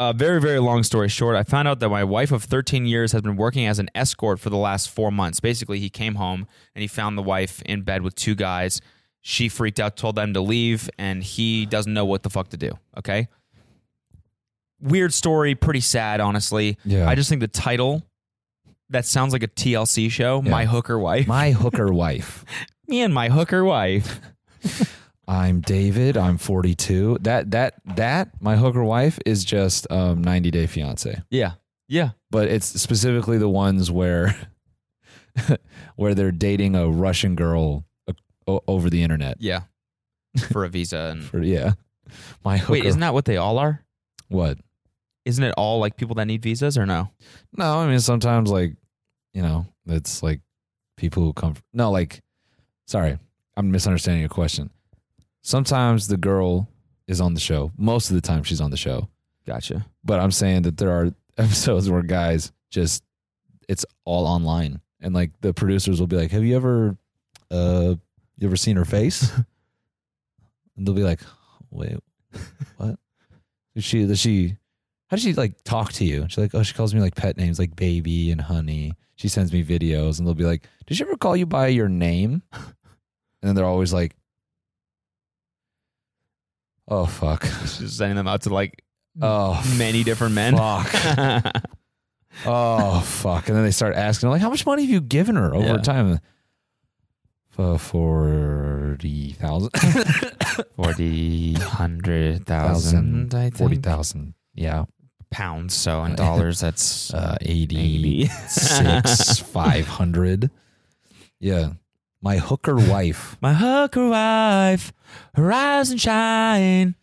[SPEAKER 5] A very, very long story short, I found out that my wife of 13 years has been working as an escort for the last four months. Basically, he came home and he found the wife in bed with two guys. She freaked out, told them to leave, and he doesn't know what the fuck to do. Okay. Weird story, pretty sad, honestly.
[SPEAKER 6] Yeah.
[SPEAKER 5] I just think the title that sounds like a TLC show, My Hooker Wife.
[SPEAKER 6] My hooker wife.
[SPEAKER 5] Me and my hooker wife.
[SPEAKER 6] I'm David. I'm 42. That that that my hooker wife is just um 90 Day Fiance.
[SPEAKER 5] Yeah. Yeah.
[SPEAKER 6] but it's specifically the ones where where they're dating a Russian girl uh, o- over the internet.
[SPEAKER 5] Yeah. For a visa and
[SPEAKER 6] For- yeah, my hooker.
[SPEAKER 5] Hmm. Wait, isn't that what they all are?
[SPEAKER 6] what?
[SPEAKER 5] Isn't it all like people that need visas or no?
[SPEAKER 6] No, I mean sometimes like you know it's like people who come. From, no, like sorry, I'm misunderstanding your question. Sometimes the girl is on the show. Most of the time she's on the show,
[SPEAKER 5] Gotcha.
[SPEAKER 6] but I'm saying that there are episodes where guys just it's all online and like the producers will be like, "Have you ever uh you ever seen her face?" and they'll be like, "Wait, what? Does she does she how does she like talk to you?" She's like, "Oh, she calls me like pet names like baby and honey. She sends me videos and they'll be like, "Did she ever call you by your name?" And then they're always like, "Oh fuck.
[SPEAKER 5] Just sending them out to like
[SPEAKER 6] Oh,
[SPEAKER 5] many different men.
[SPEAKER 6] Fuck. oh fuck and then they start asking like how much money have you given her over
[SPEAKER 5] Yeah.
[SPEAKER 6] time uh, 40,000
[SPEAKER 5] Forty hundred thousand, I think.
[SPEAKER 6] 40,000 yeah
[SPEAKER 5] pounds. So in dollars, that's
[SPEAKER 6] uh
[SPEAKER 5] Maybe.
[SPEAKER 6] 86 500 yeah my hooker wife
[SPEAKER 5] my hooker wife, rise and shine.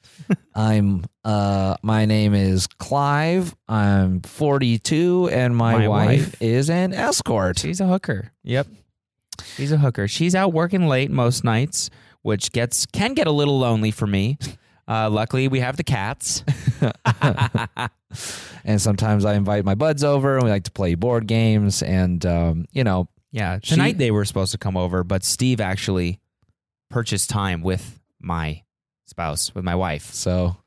[SPEAKER 6] i'm uh my name is clive i'm 42 and my,
[SPEAKER 5] My
[SPEAKER 6] wife,
[SPEAKER 5] wife.
[SPEAKER 6] is an escort
[SPEAKER 5] She's a hooker. Yep. She's a hooker. She's out working late most nights, which gets can get a little lonely for me. Uh, luckily, we have the cats.
[SPEAKER 6] and sometimes i invite my buds over and we like to play board games and um you know
[SPEAKER 5] Yeah,
[SPEAKER 6] She-
[SPEAKER 5] tonight they were supposed to come over, but Steve actually purchased time with my spouse, with my wife.
[SPEAKER 6] So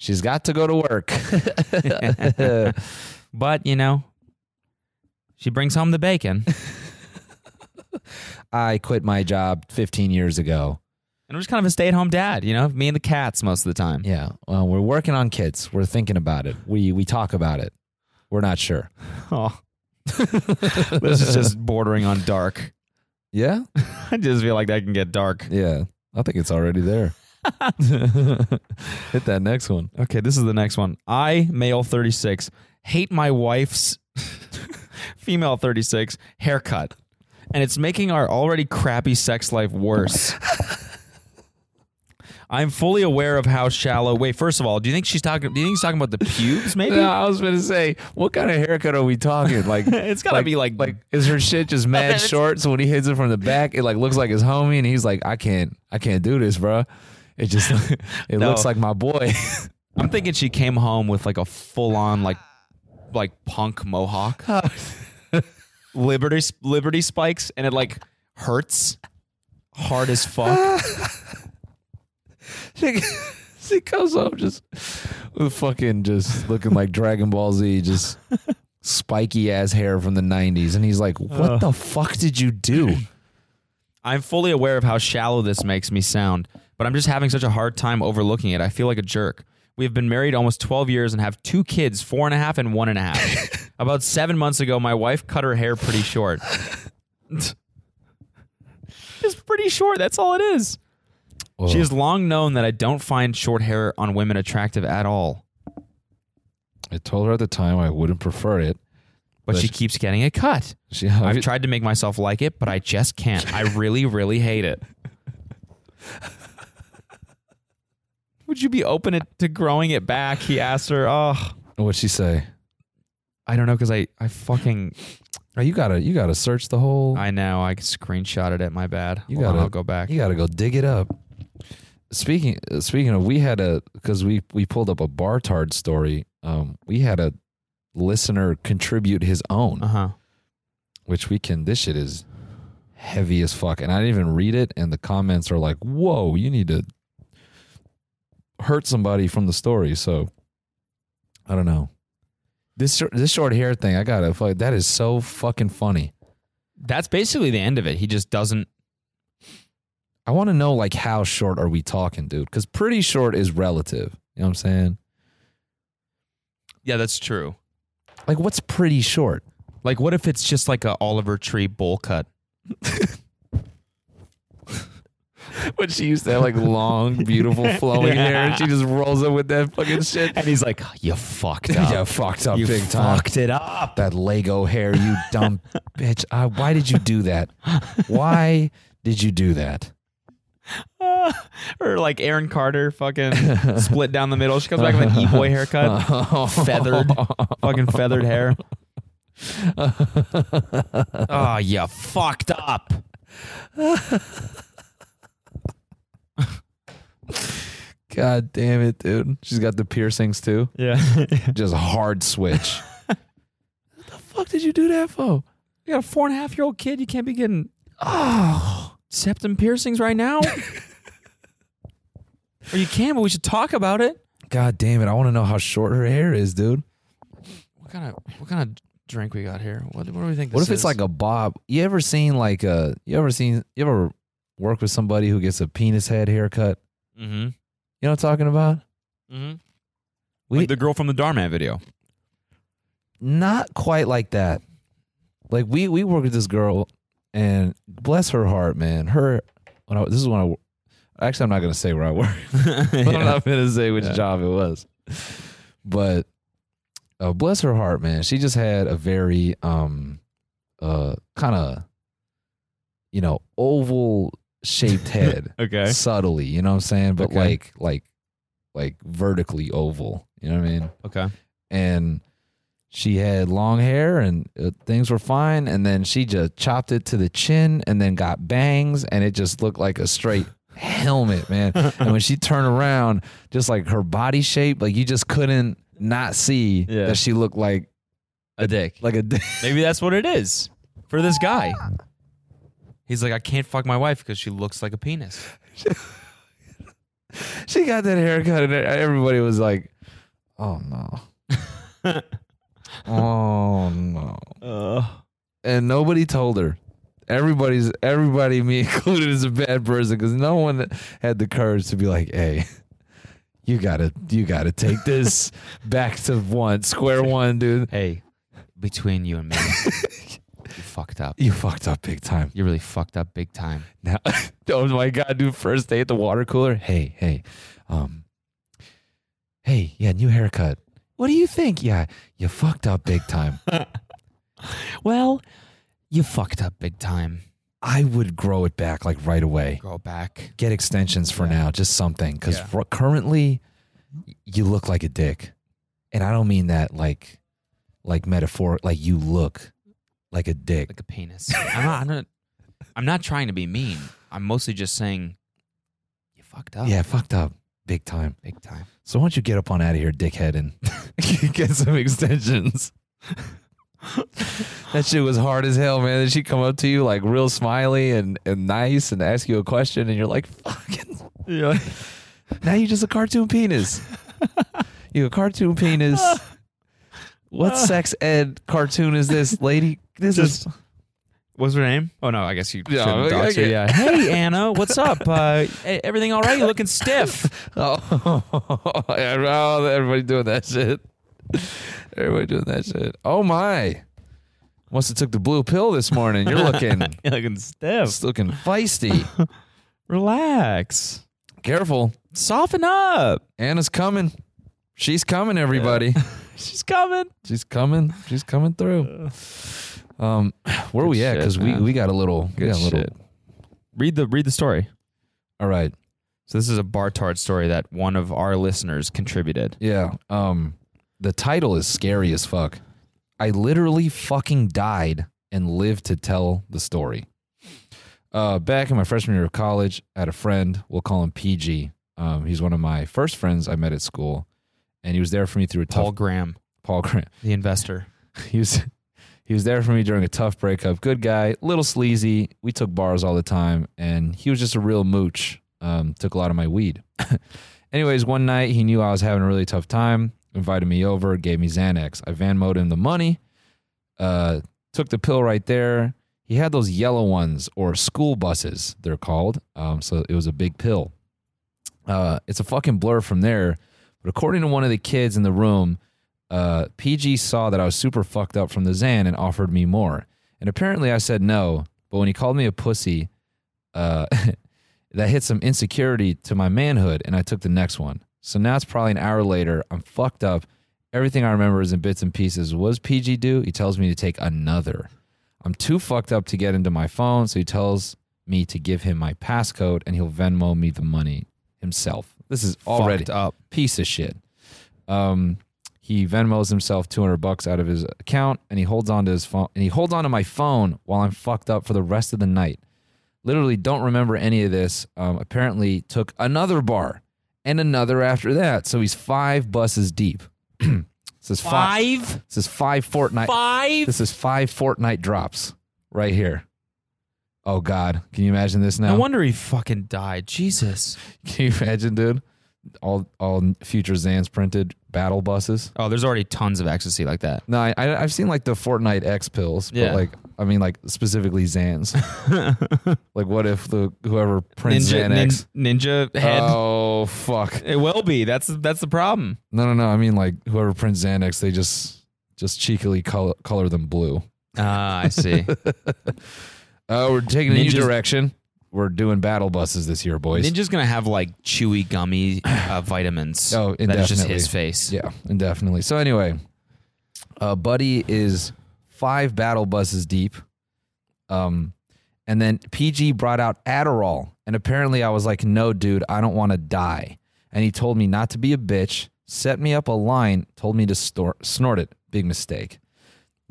[SPEAKER 6] she's got to go to work.
[SPEAKER 5] But you know, she brings home the bacon, and
[SPEAKER 6] I quit my job 15 years ago.
[SPEAKER 5] we're just kind of a stay-at-home dad. You know, me and the cats most of the time.
[SPEAKER 6] Yeah. Well, we're working on kids. We're thinking about it. We we talk about it. We're not sure.
[SPEAKER 5] Oh. this is just bordering on dark.
[SPEAKER 6] Yeah?
[SPEAKER 5] I just feel like that can get dark.
[SPEAKER 6] Yeah. I think it's already there. Hit that next one.
[SPEAKER 5] Okay, this is the next one. I, male 36, hate my wife's female 36 haircut. And it's making our already crappy sex life worse. I'm fully aware of how shallow. Wait, first of all, do you think she's talking do you think he's talking about the pubes maybe?
[SPEAKER 6] I was gonna say, what kind of haircut are we talking? Like
[SPEAKER 5] It's gotta be like-
[SPEAKER 6] is her shit just mad short? So when he hits it from the back, it like looks like his homie, and he's like, I can't, I can't do this, bro. It just, it
[SPEAKER 5] No.
[SPEAKER 6] looks like my boy.
[SPEAKER 5] I'm thinking she came home with like a full on like like punk mohawk. Liberty Liberty spikes and it like hurts hard as fuck.
[SPEAKER 6] she, she comes up just with fucking just looking like Dragon Ball Z, just spiky ass hair from the '90s, and he's like, "What the fuck did you do?"
[SPEAKER 5] I'm fully aware of how shallow this makes me sound, but I'm just having such a hard time overlooking it. I feel like a jerk. We have been married almost 12 years and have two kids, four and a half and one and a half. About seven months ago, my wife cut her hair pretty short. Just pretty short. That's all it is. She has long known that I don't find short hair on women attractive at all,
[SPEAKER 6] I told her at the time I wouldn't prefer it.
[SPEAKER 5] but she
[SPEAKER 6] But-
[SPEAKER 5] keeps getting it cut.
[SPEAKER 6] She, uh,
[SPEAKER 5] I've tried to make myself like it, but I just can't. I really, really hate it. Would you be open it- to growing it back? He asked her. Oh,
[SPEAKER 6] What'd she say?
[SPEAKER 5] I don't know because I, I fucking,
[SPEAKER 6] Oh, you gotta, you gotta search the whole.
[SPEAKER 5] I know. I screenshotted it. My bad.
[SPEAKER 6] You
[SPEAKER 5] Hold on,
[SPEAKER 6] gotta-
[SPEAKER 5] I'll go back.
[SPEAKER 6] You got to go dig it up. Speaking uh, speaking of, we had a because we we pulled up a Bartard story. Um, we had a listener contribute his own,
[SPEAKER 5] Uh huh.
[SPEAKER 6] which we can. This shit is heavy as fuck, and I didn't even read it. And the comments are like, "Whoa, you need to hurt somebody from the story." So I don't know. This short, this short hair thing, I gotta fuck. That is so fucking funny.
[SPEAKER 5] That's basically the end of it. He just doesn't.
[SPEAKER 6] I want to know like how short are we talking, dude? Because pretty short is relative. You know what I'm saying?
[SPEAKER 5] Yeah, that's true.
[SPEAKER 6] Like, what's pretty short?
[SPEAKER 5] Like, what if it's just like a Oliver Tree bowl cut?
[SPEAKER 6] But she used to have like long, beautiful, flowing hair, and she just rolls up with that fucking shit.
[SPEAKER 5] And he's like, "You fucked up.
[SPEAKER 6] yeah, fucked up
[SPEAKER 5] you
[SPEAKER 6] big time.
[SPEAKER 5] fucked it up."
[SPEAKER 6] That Lego hair, you dumb bitch. I, why did you do that? Why did you do that?
[SPEAKER 5] Or like Aaron Carter, fucking split down the middle. She comes back with an e-boy haircut,
[SPEAKER 6] Oh,
[SPEAKER 5] feathered, fucking feathered hair. oh, you fucked up.
[SPEAKER 6] God damn it, dude. She's got the piercings too.
[SPEAKER 5] Yeah,
[SPEAKER 6] Just hard switch. what the fuck did you do that for?
[SPEAKER 5] you got a four and a half year old kid. You can't be getting oh septum piercings right now. or you can, but we should talk about it.
[SPEAKER 6] God damn it. I want to know how short her hair is, dude.
[SPEAKER 5] What kind of what kind of drink we got here? What, what do we think?
[SPEAKER 6] What
[SPEAKER 5] this
[SPEAKER 6] if it's
[SPEAKER 5] is?
[SPEAKER 6] like a bob? You ever seen like a, you ever seen, you ever work with somebody who gets a penis head haircut?
[SPEAKER 5] mm-hmm.
[SPEAKER 6] You know what I'm talking about?
[SPEAKER 5] Mm-hmm.
[SPEAKER 6] We-
[SPEAKER 5] like the girl from the Darman video.
[SPEAKER 6] not quite like that. Like we we worked with this girl, and bless her heart, man. Her when I, this is when I wo- actually I'm not gonna say where I work. I'm not gonna say which job it was, but uh, bless her heart, man. She just had a very um uh kind of you know oval shaped head
[SPEAKER 5] Okay.
[SPEAKER 6] subtly you know what i'm saying but
[SPEAKER 5] Okay.
[SPEAKER 6] like like like vertically oval you know what i mean
[SPEAKER 5] Okay.
[SPEAKER 6] and she had long hair and uh, things were fine and then she just chopped it to the chin and then got bangs and it just looked like a straight helmet man and when she turned around just like her body shape like you just couldn't not see
[SPEAKER 5] Yeah.
[SPEAKER 6] that she looked like
[SPEAKER 5] A dick.
[SPEAKER 6] like a dick.
[SPEAKER 5] Maybe that's what it is for this guy. He's like, I can't fuck my wife because she looks like a penis.
[SPEAKER 6] she got that haircut and everybody was like oh no oh no and nobody told her. Everybody's everybody, me included, is a bad person because no one had the courage to be like, "Hey, you gotta, you gotta take this back to one, square one, dude.
[SPEAKER 5] hey, between you and me, you fucked up.
[SPEAKER 6] You fucked up big time."
[SPEAKER 5] You really fucked up big time.
[SPEAKER 6] Now, oh my god, dude! First day at the water cooler. Hey, hey, um, hey, yeah, new haircut. What do you think? Yeah, you fucked up big time.
[SPEAKER 5] Well, you fucked up big time.
[SPEAKER 6] I would grow it back like right away.
[SPEAKER 5] Go back.
[SPEAKER 6] get extensions for now, just something. Because currently, y- you look like a dick, and I don't mean that like, like metaphor. Like you look like a dick.
[SPEAKER 5] like a penis. I'm not. I'm not. I'm not trying to be mean. I'm mostly just saying you fucked up.
[SPEAKER 6] Yeah, fucked up big time.
[SPEAKER 5] big time.
[SPEAKER 6] So why don't you get up on out of here, dickhead, and get some extensions? that shit was hard as hell, man. Then she come up to you like real smiley and, and nice and ask you a question, and you're like, fucking. now you just a cartoon penis. you a cartoon penis. what sex ed cartoon is this, lady? This is
[SPEAKER 5] What's her name? Oh no, I guess you.
[SPEAKER 6] Yeah,
[SPEAKER 5] shouldn't
[SPEAKER 6] I- I
[SPEAKER 5] dox her,
[SPEAKER 6] get-
[SPEAKER 5] yeah. Hey Anna, what's up? Uh, e- everything all right? You looking stiff?
[SPEAKER 6] oh, everybody doing that shit. Everybody doing that shit. Oh my. Must have took the blue pill this morning. You're looking
[SPEAKER 5] You looking stiff.
[SPEAKER 6] it's looking feisty.
[SPEAKER 5] Relax.
[SPEAKER 6] Careful.
[SPEAKER 5] Soften up.
[SPEAKER 6] Anna's coming. She's coming, everybody.
[SPEAKER 5] She's coming.
[SPEAKER 6] She's coming. She's coming through. Um, where are we at?
[SPEAKER 5] Uh. shit,
[SPEAKER 6] Because we,
[SPEAKER 5] man.
[SPEAKER 6] we got a little. we got a little.
[SPEAKER 5] Read the read the story.
[SPEAKER 6] All right.
[SPEAKER 5] So this is a Bartard story that one of our listeners contributed.
[SPEAKER 6] Yeah. Um, the title is scary as fuck. I literally fucking died and lived to tell the story. Uh, back in my freshman year of college, I had a friend. We'll call him PG. Um, he's one of my first friends I met at school, and he was there for me through a
[SPEAKER 5] Paul
[SPEAKER 6] tough
[SPEAKER 5] Graham,
[SPEAKER 6] Paul Grant.
[SPEAKER 5] the investor.
[SPEAKER 6] He was he was there for me during a tough breakup. Good guy, little sleazy. We took bars all the time, and he was just a real mooch. Um, took a lot of my weed. Anyways, one night he knew I was having a really tough time. invited me over, gave me Xanax. I Van Moed him the money, uh, took the pill right there. He had those yellow ones or school buses, they're called. Um, so it was a big pill. Uh, it's a fucking blur from there. But according to one of the kids in the room, uh, PG saw that I was super fucked up from the Xan and offered me more. And apparently I said no. But when he called me a pussy, uh, that hit some insecurity to my manhood, and I took the next one. So now it's probably an hour later. I'm fucked up. Everything I remember is in bits and pieces. What does PG do? He tells me to take another. I'm too fucked up to get into my phone, so he tells me to give him my passcode, and he'll Venmo me the money himself. This is already
[SPEAKER 5] Fucked up.
[SPEAKER 6] piece of shit. Um, he Venmos himself 200 bucks out of his account, and he holds on to his phone, and he holds on to my phone while I'm fucked up for the rest of the night literally don't remember any of this. Um, apparently took another bar and another after that. So he's five buses deep. this is five. This is five Fortnite. Five. This is five Fortnite drops right here. Oh God, can you imagine this now?
[SPEAKER 5] No wonder he fucking died. Jesus.
[SPEAKER 6] can you imagine, dude? All all future Zans printed battle buses.
[SPEAKER 5] Oh, there's already tons of ecstasy like that.
[SPEAKER 6] No, I, I, I've seen like the Fortnite X pills,
[SPEAKER 5] Yeah.
[SPEAKER 6] but like I mean, like specifically Zans. like, what if the whoever prints
[SPEAKER 5] Ninja,
[SPEAKER 6] Xanax?
[SPEAKER 5] nin- ninja head.
[SPEAKER 6] Oh fuck!
[SPEAKER 5] It will be. That's that's the problem.
[SPEAKER 6] No, no, no. I mean, like whoever prints Xanax, they just just cheekily color, color them blue.
[SPEAKER 5] Ah, I see.
[SPEAKER 6] Uh, we're taking a new
[SPEAKER 5] Ninjas-
[SPEAKER 6] direction. We're doing battle buses this year, boys.
[SPEAKER 5] Ninja's gonna have like chewy gummy uh, vitamins.
[SPEAKER 6] Oh,
[SPEAKER 5] that's just
[SPEAKER 6] indefinitely.
[SPEAKER 5] his face.
[SPEAKER 6] Yeah, indefinitely. So anyway, uh, Buddy is five battle buses deep. Um, and then PG brought out Adderall, and apparently I was like, "No, dude, I don't want to die." And he told me not to be a bitch, set me up a line, told me to stor- snort it. Big mistake.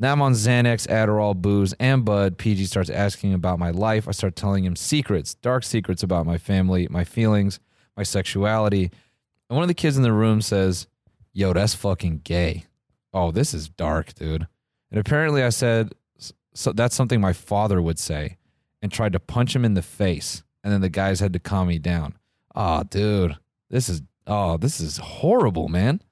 [SPEAKER 6] Now I'm on Xanax, Adderall, booze, and Bud. PG starts asking about my life. I start telling him secrets, dark secrets about my family, my feelings, my sexuality. And one of the kids in the room says, Yo, that's fucking gay. Oh, this is dark, dude. And apparently I said, "S- so That's something my father would say, and tried to punch him in the face. And then the guys had to calm me down. Oh, dude, this is, oh, this is horrible, man.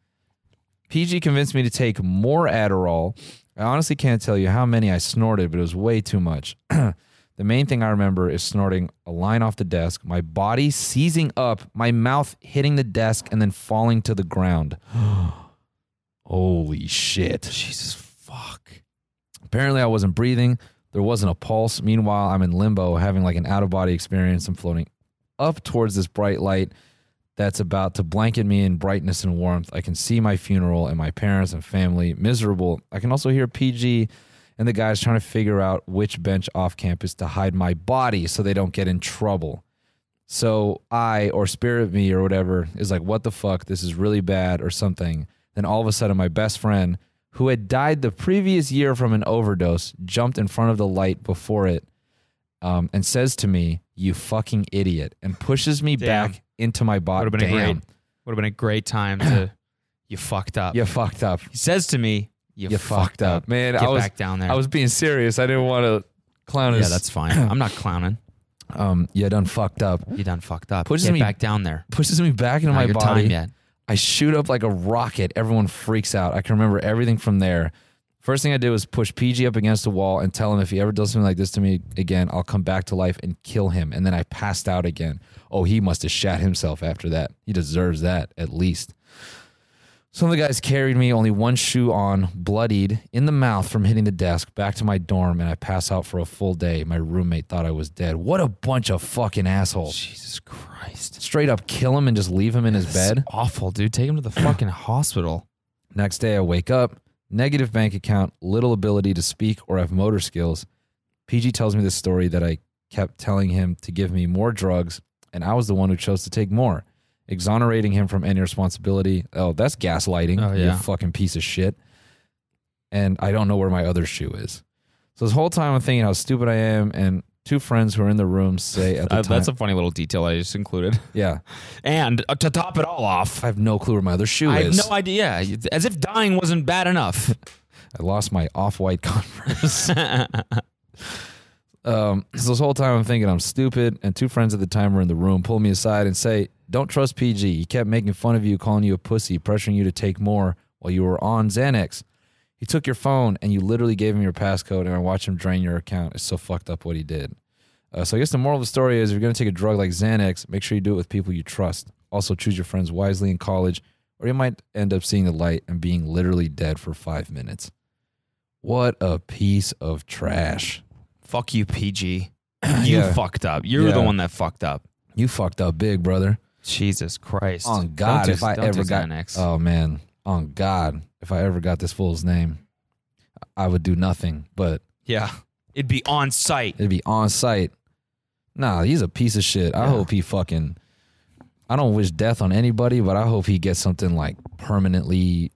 [SPEAKER 6] PG convinced me to take more Adderall. I honestly can't tell you how many I snorted, but it was way too much. the main thing I remember is snorting a line off the desk, my body seizing up, my mouth hitting the desk, and then falling to the ground. Holy shit.
[SPEAKER 5] Jesus fuck.
[SPEAKER 6] Apparently, I wasn't breathing. There wasn't a pulse. Meanwhile, I'm in limbo, having like an out of body experience. I'm floating up towards this bright light that's about to blanket me in brightness and warmth. I can see my funeral and my parents and family miserable. I can also hear PG and the guys trying to figure out which bench off campus to hide my body so they don't get in trouble. So I or spirit me or whatever is like, what the fuck? This is really bad or something. Then all of a sudden, my best friend, who had died the previous year from an overdose, jumped in front of the light before it um, and says to me, "You fucking idiot!" and pushes me
[SPEAKER 5] Damn.
[SPEAKER 6] back into my body.
[SPEAKER 5] Would have been a great. Would have been a great time to. you fucked up.
[SPEAKER 6] You fucked up.
[SPEAKER 5] He says to me, "You,
[SPEAKER 6] You fucked up, man.
[SPEAKER 5] Get
[SPEAKER 6] I was
[SPEAKER 5] back down there.
[SPEAKER 6] I was being serious. I didn't want to clown.
[SPEAKER 5] yeah,
[SPEAKER 6] his-
[SPEAKER 5] that's fine. I'm not clowning.
[SPEAKER 6] um. You done fucked up.
[SPEAKER 5] You done fucked up.
[SPEAKER 6] Pushes
[SPEAKER 5] Get
[SPEAKER 6] me-
[SPEAKER 5] back down there.
[SPEAKER 6] Pushes me back into
[SPEAKER 5] Not
[SPEAKER 6] my
[SPEAKER 5] your
[SPEAKER 6] body.
[SPEAKER 5] time yet.
[SPEAKER 6] I shoot up like a rocket. Everyone freaks out. I can remember everything from there. First thing I did was push PG up against the wall and tell him if he ever does something like this to me again, I'll come back to life and kill him. And then I passed out again. Oh, he must have shat himself after that. He deserves that at least. Some of the guys carried me, only one shoe on, bloodied in the mouth from hitting the desk, back to my dorm, and I pass out for a full day. My roommate thought I was dead. What a bunch of fucking assholes.
[SPEAKER 5] Jesus Christ.
[SPEAKER 6] Straight up kill him and just leave him in his
[SPEAKER 5] That's
[SPEAKER 6] bed.
[SPEAKER 5] awful, dude. Take him to the fucking hospital.
[SPEAKER 6] Next day, I wake up, negative bank account, little ability to speak or have motor skills. PG tells me this story that I kept telling him to give me more drugs, and I was the one who chose to take more, exonerating him from any responsibility. Oh, that's gaslighting.
[SPEAKER 5] Oh,
[SPEAKER 6] You
[SPEAKER 5] yeah.
[SPEAKER 6] fucking piece of shit. And I don't know where my other shoe is. So this whole time, I'm thinking how stupid I am, and two friends who are in the room say at the
[SPEAKER 5] Uh,
[SPEAKER 6] time,
[SPEAKER 5] that's a funny little detail I just included.
[SPEAKER 6] yeah,
[SPEAKER 5] And uh, to top it all off,
[SPEAKER 6] I have no clue where my other shoe
[SPEAKER 5] I have
[SPEAKER 6] is.
[SPEAKER 5] no idea. As if dying wasn't bad enough.
[SPEAKER 6] I lost my off-white Converse. Um, so this whole time I'm thinking I'm stupid, and two friends at the time were in the room, pull me aside and say, "Don't trust PG. He kept making fun of you, calling you a pussy, pressuring you to take more while you were on Xanax. He took your phone, and you literally gave him your passcode, and I watched him drain your account. It's so fucked up what he did. Uh, so I guess the moral of the story is, if you're gonna take a drug like Xanax, make sure you do it with people you trust. Also, choose your friends wisely in college, or you might end up seeing the light and being literally dead for five minutes. What a piece of trash.
[SPEAKER 5] Fuck you, PG. You
[SPEAKER 6] Yeah.
[SPEAKER 5] fucked up. You're the
[SPEAKER 6] Yeah.
[SPEAKER 5] one that fucked up.
[SPEAKER 6] You fucked up big, brother.
[SPEAKER 5] Jesus Christ.
[SPEAKER 6] On
[SPEAKER 5] Don't
[SPEAKER 6] God,
[SPEAKER 5] do-
[SPEAKER 6] if I
[SPEAKER 5] don't do
[SPEAKER 6] ever got
[SPEAKER 5] Xanax.
[SPEAKER 6] oh man, on God, if I ever got this fool's name, I would do nothing. But
[SPEAKER 5] yeah. It'd be on site.
[SPEAKER 6] it'd be on site. Nah, he's a piece of shit. I hope he fucking. I don't wish death on anybody, but I hope he gets something like permanently,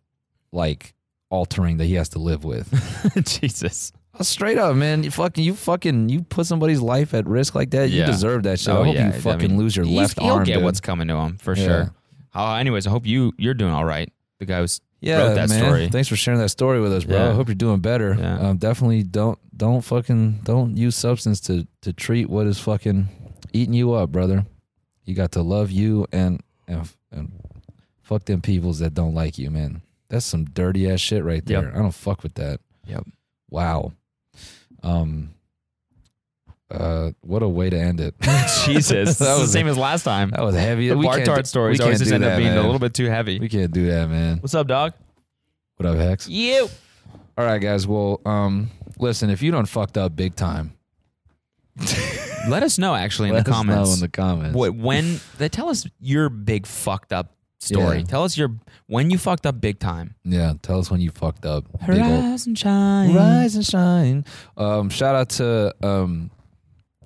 [SPEAKER 6] like altering that he has to live with. Uh,
[SPEAKER 5] Jesus.
[SPEAKER 6] Straight up, man. You fucking, you fucking, you put somebody's life at risk like that.
[SPEAKER 5] Yeah.
[SPEAKER 6] You deserve that shit.
[SPEAKER 5] Oh,
[SPEAKER 6] I hope
[SPEAKER 5] yeah.
[SPEAKER 6] you
[SPEAKER 5] I
[SPEAKER 6] fucking
[SPEAKER 5] mean,
[SPEAKER 6] lose your
[SPEAKER 5] he's-
[SPEAKER 6] left
[SPEAKER 5] he'll
[SPEAKER 6] arm.
[SPEAKER 5] get
[SPEAKER 6] dude.
[SPEAKER 5] what's coming to him for
[SPEAKER 6] Yeah.
[SPEAKER 5] sure. Uh, anyways, I hope you you're doing all right. The guy was
[SPEAKER 6] yeah,
[SPEAKER 5] wrote that
[SPEAKER 6] man.
[SPEAKER 5] story.
[SPEAKER 6] Thanks for sharing that story with us, bro.
[SPEAKER 5] Yeah.
[SPEAKER 6] I hope you're doing better.
[SPEAKER 5] Yeah.
[SPEAKER 6] Um, definitely don't don't fucking don't use substance to to treat what is fucking eating you up, brother. You got to love you and and, f- and fuck them peoples that don't like you, man. That's some dirty ass shit right
[SPEAKER 5] Yep.
[SPEAKER 6] there. I don't fuck with that.
[SPEAKER 5] Yep.
[SPEAKER 6] Wow. Um. Uh, what a way to end it.
[SPEAKER 5] Jesus. that
[SPEAKER 6] That
[SPEAKER 5] was
[SPEAKER 6] was
[SPEAKER 5] the same as last time.
[SPEAKER 6] that was heavy.
[SPEAKER 5] the
[SPEAKER 6] Uh, We
[SPEAKER 5] bar
[SPEAKER 6] can't
[SPEAKER 5] tart
[SPEAKER 6] do-
[SPEAKER 5] stories
[SPEAKER 6] we
[SPEAKER 5] always
[SPEAKER 6] can't
[SPEAKER 5] just
[SPEAKER 6] do
[SPEAKER 5] end up
[SPEAKER 6] that,
[SPEAKER 5] being
[SPEAKER 6] man.
[SPEAKER 5] a little bit too heavy.
[SPEAKER 6] We can't do that, man.
[SPEAKER 5] What's up, dog?
[SPEAKER 6] What up, Hex?
[SPEAKER 5] You.
[SPEAKER 6] All right, guys. Well, um, listen, if you don't fucked up big time,
[SPEAKER 5] Let us know actually in
[SPEAKER 6] let
[SPEAKER 5] the
[SPEAKER 6] us know
[SPEAKER 5] comments.
[SPEAKER 6] in the comments.
[SPEAKER 5] What when they tell us your big fucked up story.
[SPEAKER 6] Yeah.
[SPEAKER 5] Tell us your when you fucked up big time.
[SPEAKER 6] Yeah, tell us when you fucked up. Big old-
[SPEAKER 5] Rise and shine.
[SPEAKER 6] Rise and shine. Um, shout out to um,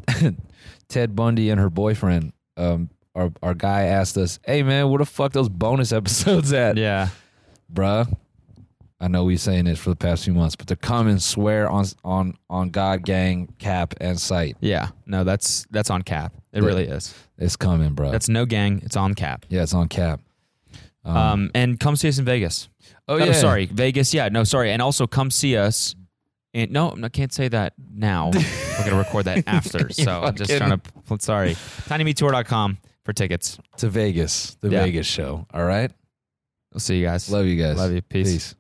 [SPEAKER 6] Ted Bundy and her boyfriend. Um, our our guy asked us, "Hey man, where the fuck those bonus episodes at,
[SPEAKER 5] Yeah.
[SPEAKER 6] bruh?" I know we're saying this for the past few months, but to come and swear on on on God, gang, cap, and sight,
[SPEAKER 5] Yeah. No, that's that's on cap. It
[SPEAKER 6] Yeah.
[SPEAKER 5] really is.
[SPEAKER 6] it's coming, bruh.
[SPEAKER 5] That's no gang. It's on cap.
[SPEAKER 6] yeah, it's on cap.
[SPEAKER 5] Um, and come see us in Vegas.
[SPEAKER 6] Oh
[SPEAKER 5] No,
[SPEAKER 6] yeah,
[SPEAKER 5] sorry, Vegas. Yeah, no, sorry. And also come see us. And no, I can't say that now. We're gonna record that after. so I'm just trying to. Sorry, tinymetour.com for tickets.
[SPEAKER 6] to Vegas, the
[SPEAKER 5] Yeah.
[SPEAKER 6] Vegas show. All right.
[SPEAKER 5] We'll see you guys.
[SPEAKER 6] Love you guys.
[SPEAKER 5] Love you. Peace.
[SPEAKER 6] Peace.